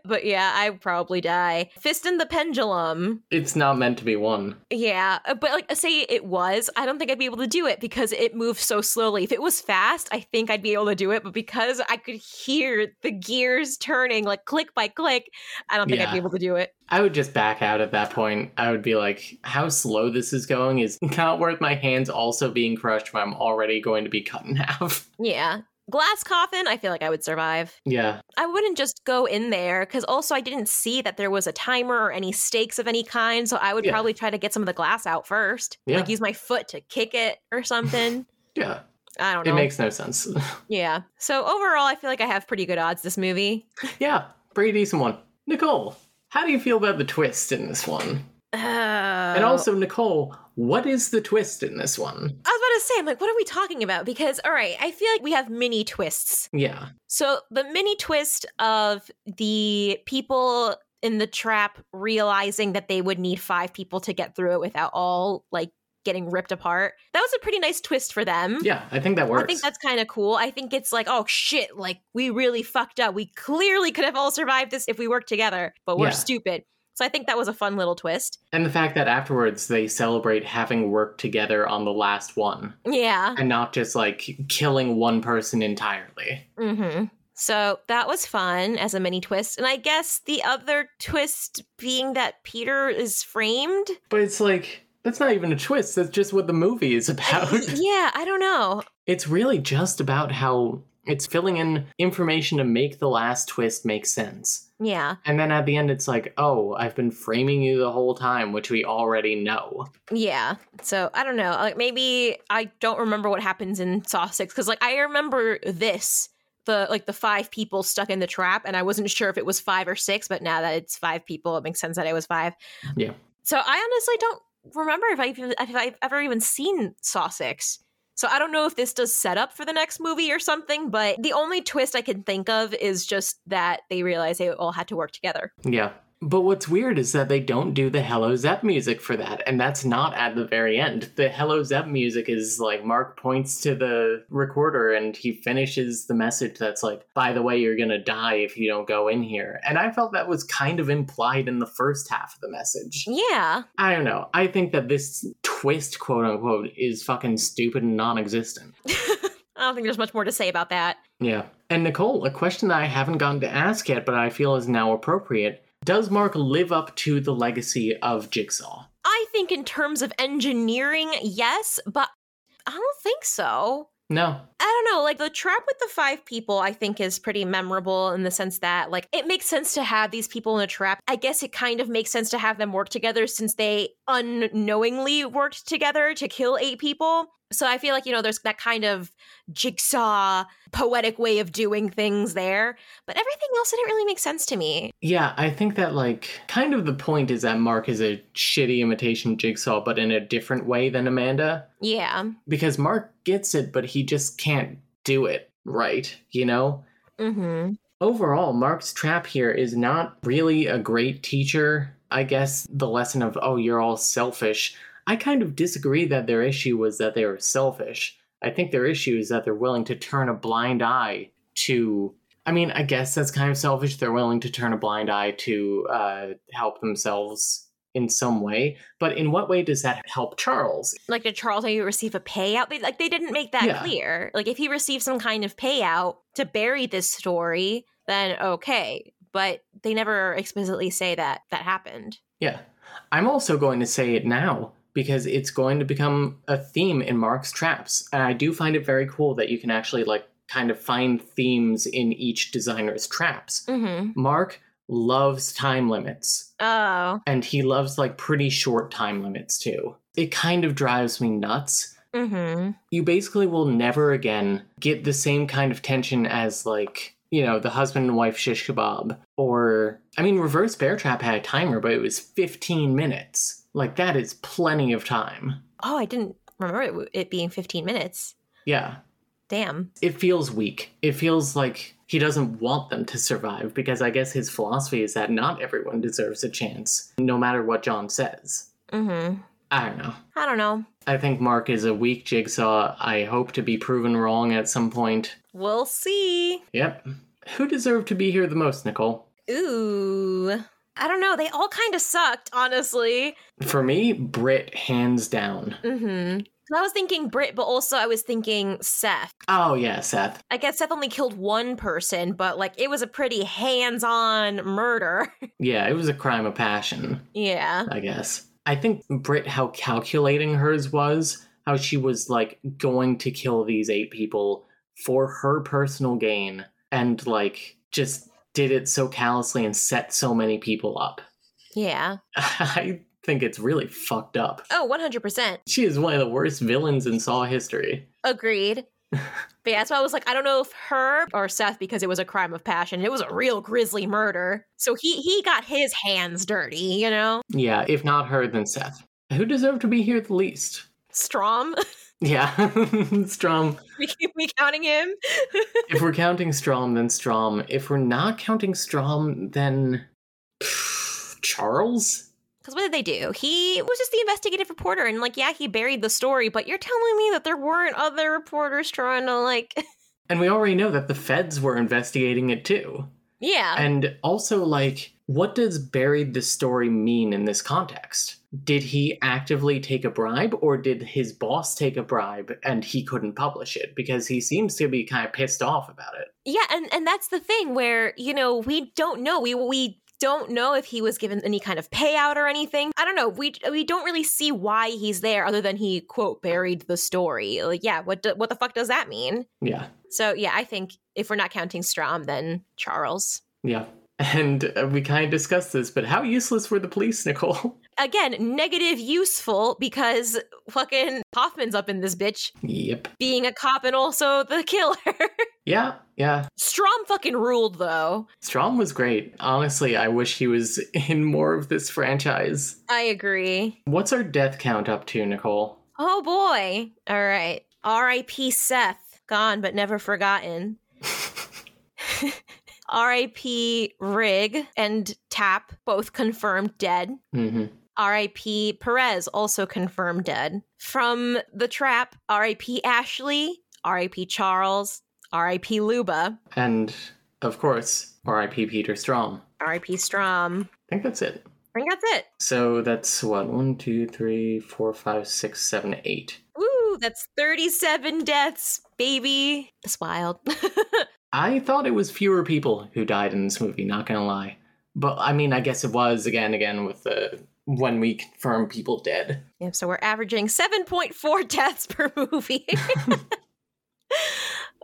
B: but yeah, I would probably die. Fist in the pendulum.
A: It's not meant to be one.
B: Yeah, uh, but like say it was, I don't think I'd be able to do it because it moves so slowly. If it was fast, I think I'd be able to do it, but because I could hear the gears turning like click by click, I don't think I'd
A: Yeah.
B: be able to do it.
A: I would just back out at that point. I would be like, how slow this is going is not worth my hands also being crushed when I'm already going to be cut in half.
B: Yeah. Glass coffin, I feel like I would survive.
A: Yeah.
B: I wouldn't just go in there because also I didn't see that there was a timer or any stakes of any kind. So I would
A: Yeah.
B: probably try to get some of the glass out first.
A: Yeah.
B: Like use my foot to kick it or something.
A: Yeah.
B: I don't
A: It
B: know.
A: makes no sense.
B: yeah. So overall, I feel like I have pretty good odds this movie.
A: yeah. Pretty decent one. Nicole, how do you feel about the twist in this one? And
B: And
A: also, Nicole, what is the twist in this one?
B: I was about to say, I'm like, what are we talking about? Because, all right, I feel like we have mini twists.
A: Yeah.
B: So the mini twist of the people in the trap realizing that they would need five people to get through it without all like getting ripped apart. That was a pretty nice twist for them.
A: Yeah, I think that works.
B: I think that's kind of cool. I think it's like, oh shit, like we really fucked up. We clearly could have all survived this if we worked together, but we're
A: Yeah.
B: stupid. So I think that was a fun little twist.
A: and the fact that afterwards they celebrate having worked together on the last one
B: Yeah.
A: and not just like killing one person entirely.
B: hmm So that was fun as a mini twist. And I guess the other twist being that Peter is framed.
A: But it's like, that's not even a twist. That's just what the movie is about.
B: yeah, I don't know.
A: it's really just about how it's filling in information to make the last twist make sense.
B: Yeah.
A: And then at the end, it's like, oh, I've been framing you the whole time, which we already know.
B: Yeah. So I don't know. Like maybe I don't remember what happens in Saw 6 cuz like I remember this the like the five people stuck in the trap and I wasn't sure if it was 5 or 6, but now that it's 5 people it makes sense that it was 5.
A: Yeah.
B: So I honestly don't remember if I even if I've ever even seen Saw 6. So I don't know if this does set up for the next movie or something, but the only twist I can think of is just that they realize they all had to work together.
A: Yeah. But what's weird is that they don't do the Hello Zep music for that, and that's not at the very end. The Hello Zep music is like Mark points to the recorder and he finishes the message that's like, by the way, you're gonna die if you don't go in here. And I felt that was kind of implied in the first half of the message.
B: Yeah.
A: I don't know. I think that this twist, quote unquote, is fucking stupid and non existent.
B: I don't think there's much more to say about that.
A: Yeah. And Nicole, a question that I haven't gotten to ask yet, but I feel is now appropriate. Does Mark live up to the legacy of Jigsaw?
B: I think in terms of engineering, yes, but I don't think so.
A: No.
B: I don't know, like the trap with the five people, I think is pretty memorable in the sense that, like, it makes sense to have these people in a trap. I guess it kind of makes sense to have them work together since they unknowingly worked together to kill eight people. So I feel like, you know, there's that kind of jigsaw poetic way of doing things there. But everything else didn't really make sense to me.
A: Yeah, I think that, like, kind of the point is that Mark is a shitty imitation of Jigsaw, but in a different way than Amanda,
B: Yeah.
A: because Mark gets it, but he just can't do it right, you know?
B: Mm-hmm.
A: overall, Mark's trap here is not really a great teacher. I guess the lesson of, oh, you're all selfish. I kind of disagree that their issue was that they were selfish. I think their issue is that they're willing to turn a blind eye to. I mean, I guess that's kind of selfish. They're willing to turn a blind eye to uh, help themselves in some way. But in what way does that help Charles?
B: Like, did Charles maybe receive a payout? They, like, they didn't make that
A: Yeah.
B: clear. Like, if he received some kind of payout to bury this story, then okay. But they never explicitly say that that happened.
A: Yeah. I'm also going to say it now because it's going to become a theme in Mark's traps. And I do find it very cool that you can actually like kind of find themes in each designer's traps.
B: Mm-hmm.
A: Mark loves time limits
B: Oh.
A: and he loves like pretty short time limits too. It kind of drives me nuts
B: Mm-hmm.
A: you basically will never again get the same kind of tension as like you know the husband and wife shish kebab or i mean reverse bear trap had a timer but it was 15 minutes like that is plenty of time
B: Oh, I didn't remember it, w- it being 15 minutes.
A: yeah
B: Damn.
A: it feels weak it feels like he doesn't want them to survive because i guess his philosophy is that not everyone deserves a chance no matter what john says
B: Mm-hmm.
A: i don't know
B: I don't know.
A: i think mark is a weak jigsaw i hope to be proven wrong at some point
B: We'll see.
A: Yep. Who deserved to be here the most, Nicole?
B: Ooh. I don't know. They all kind of sucked, honestly.
A: For me, Brit, hands down.
B: Mm-hmm. I was thinking Brit, but also I was thinking Seth.
A: Oh, yeah, Seth.
B: I guess Seth only killed one person, but like it was a pretty hands on murder.
A: Yeah, it was a crime of passion,
B: yeah.
A: I guess. I think Brit, how calculating hers was, how she was like going to kill these eight people for her personal gain, and like just did it so callously and set so many people up.
B: Yeah.
A: I think it's really fucked up.
B: Oh, 100%.
A: She is one of the worst villains in Saw history.
B: Agreed. But yeah, that's why I was like, I don't know if her or Seth, because it was a crime of passion. It was a real grisly murder. So he he got his hands dirty, you know?
A: Yeah, if not her, then Seth. Who deserved to be here the least?
B: Strom.
A: Yeah, Strom.
B: we keep we counting him.
A: If we're counting Strom, then Strom. If we're not counting Strom, then Pff, Charles.
B: Because what did they do? He was just the investigative reporter, and like, yeah, he buried the story, but you're telling me that there weren't other reporters trying to, like,
A: And we already know that the feds were investigating it too.
B: yeah.
A: And also, like, what does buried the story mean in this context? Did he actively take a bribe, or did his boss take a bribe and he couldn't publish it? Because he seems to be kind of pissed off about it.
B: Yeah, and and that's the thing where you know we don't know we we don't know if he was given any kind of payout or anything. I don't know. We we don't really see why he's there other than he quote buried the story. Like, yeah, what do, what the fuck does that mean?
A: Yeah.
B: So yeah, I think if we're not counting Strom, then Charles.
A: Yeah. And uh, we kind of discussed this, but how useless were the police, Nicole?
B: Again, negative useful because fucking Hoffman's up in this bitch
A: yep.
B: being a cop and also the killer.
A: Yeah, yeah.
B: Strom fucking ruled though.
A: Strom was great. Honestly, I wish he was in more of this franchise.
B: I agree.
A: What's our death count up to, Nicole?
B: Oh boy. All right. R.I.P. Seth. Gone but never forgotten. R.I.P. Rig and Tap, both confirmed dead.
A: hmm
B: R.I.P. Perez, also confirmed dead. From the trap, R.I.P. Ashley, R.I.P. Charles, R.I.P. Luba,
A: And of course, R.I.P. Peter Strom.
B: R.I.P. Strom.
A: I think that's it.
B: I think that's it.
A: So that's what one, two, three, four, five, six, seven, eight.
B: Woo, that's 37 deaths, baby. That's wild.
A: I thought it was fewer people who died in this movie. Not gonna lie, but I mean, I guess it was again, again with the when we confirm people dead.
B: yep, so we're averaging 7.4 deaths per movie.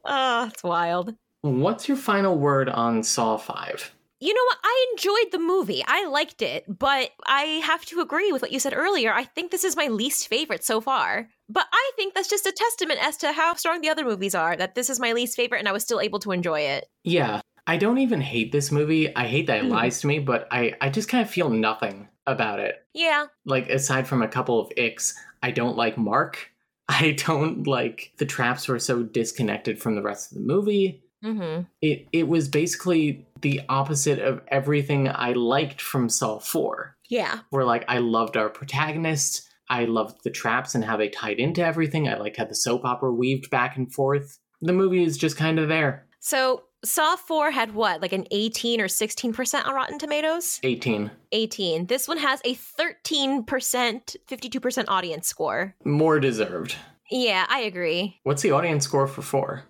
B: oh, it's wild.
A: What's your final word on Saw Five?
B: You know what? I enjoyed the movie. I liked it, but I have to agree with what you said earlier. I think this is my least favorite so far. But I think that's just a testament as to how strong the other movies are, that this is my least favorite and I was still able to enjoy it.
A: Yeah, I don't even hate this movie. I hate that it
B: Hmm.
A: lies to me, but I I just kind of feel nothing about it.
B: Yeah.
A: like aside from a couple of icks, I don't like Mark. I don't like the traps were so disconnected from the rest of the movie.
B: Mm-hmm.
A: It it was basically the opposite of everything I liked from Saw 4.
B: Yeah.
A: Where like I loved our protagonist, I loved the traps and how they tied into everything. I liked how the soap opera weaved back and forth. The movie is just kind of there.
B: So Saw 4 had what, like an 18 or 16% on Rotten Tomatoes?
A: 18.
B: 18. This one has a 13%, 52% audience score.
A: More deserved.
B: Yeah, I agree.
A: What's the audience score for 4?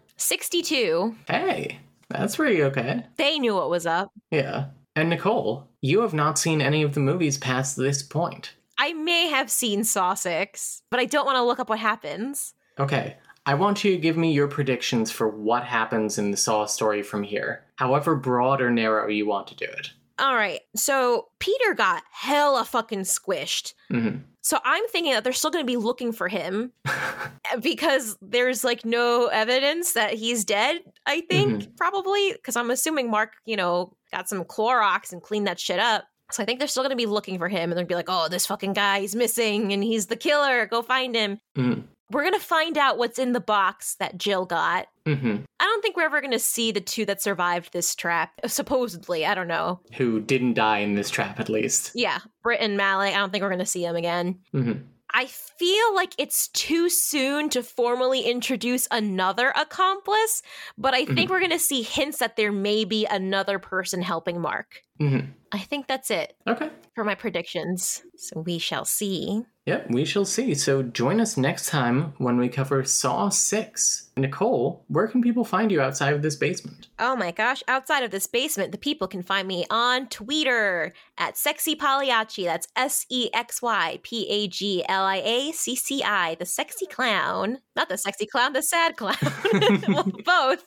B: 62.
A: Hey, that's pretty okay.
B: They knew what was up.
A: Yeah. And Nicole, you have not seen any of the movies past this point.
B: I may have seen Saw 6, but I don't want to look up what happens.
A: Okay. I want you to give me your predictions for what happens in the Saw story from here, however broad or narrow you want to do it.
B: All right. So Peter got hella fucking squished.
A: Mhm.
B: So I'm thinking that they're still going to be looking for him eh, because there's like no evidence that he's dead, I think, probably. Because I'm assuming Mark, you know, got some Clorox and cleaned that shit up. So I think they're still going to be looking for him and they're going to be like, oh, this fucking guy is missing and he's the killer. Go find him.
A: Mm.
B: We're going to find out what's in the box that Jill got.
A: hmm
B: I don't think we're ever going to see the two that survived this trap, supposedly. I don't know.
A: Who didn't die in this trap, at least.
B: Yeah, Britt and Malik, I don't think we're going to see him again.
A: hmm
B: I feel like it's too soon to formally introduce another accomplice, but I think
A: Mhm.
B: we're going to see hints that there may be another person helping Mark.
A: hmm
B: I think that's it
A: Okay.
B: for my predictions. So we shall see.
A: Yep, we shall see. So join us next time when we cover Saw 6. Nicole, where can people find you outside of this basement?
B: Oh my gosh, outside of this basement, the people can find me on Twitter at Sexy Pagliacci. That's S E X Y P A G L I A C C I, the sexy clown. Not the sexy clown, the sad clown. well, both.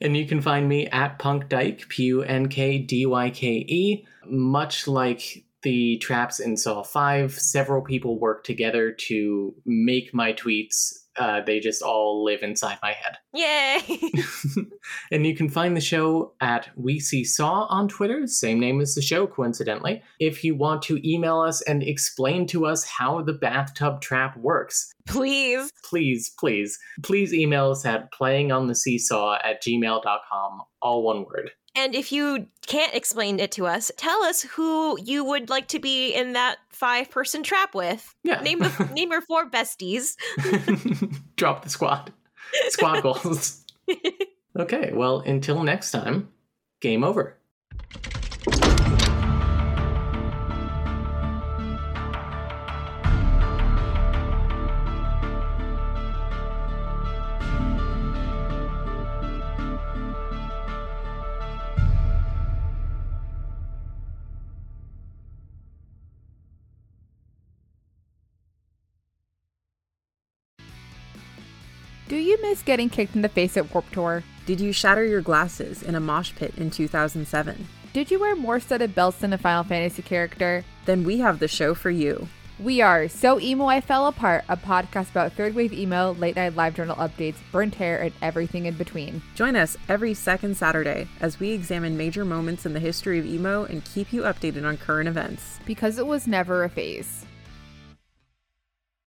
A: And you can find me at Punk Dyke, P U N K D Y K E. Much like the traps in Saw 5, several people work together to make my tweets. Uh, they just all live inside my head.
B: Yay.
A: and you can find the show at We See Saw on Twitter, same name as the show, coincidentally. If you want to email us and explain to us how the bathtub trap works,
B: Please.
A: please, please, please email us at playingontheseesaw at gmail.com, all one word.
B: And if you can't explain it to us, tell us who you would like to be in that five person trap with.
A: Yeah.
B: Name the name your four besties.
A: Drop the squad. Squad goals. okay, well, until next time, game over.
D: Do you miss getting kicked in the face at Warp Tour?
E: Did you shatter your glasses in a mosh pit in 2007?
D: Did you wear more studded belts than a Final Fantasy character?
E: Then we have the show for you.
D: We are So Emo I Fell Apart, a podcast about third wave emo, late night live journal updates, burnt hair, and everything in between.
E: Join us every second Saturday as we examine major moments in the history of emo and keep you updated on current events.
D: Because it was never a phase.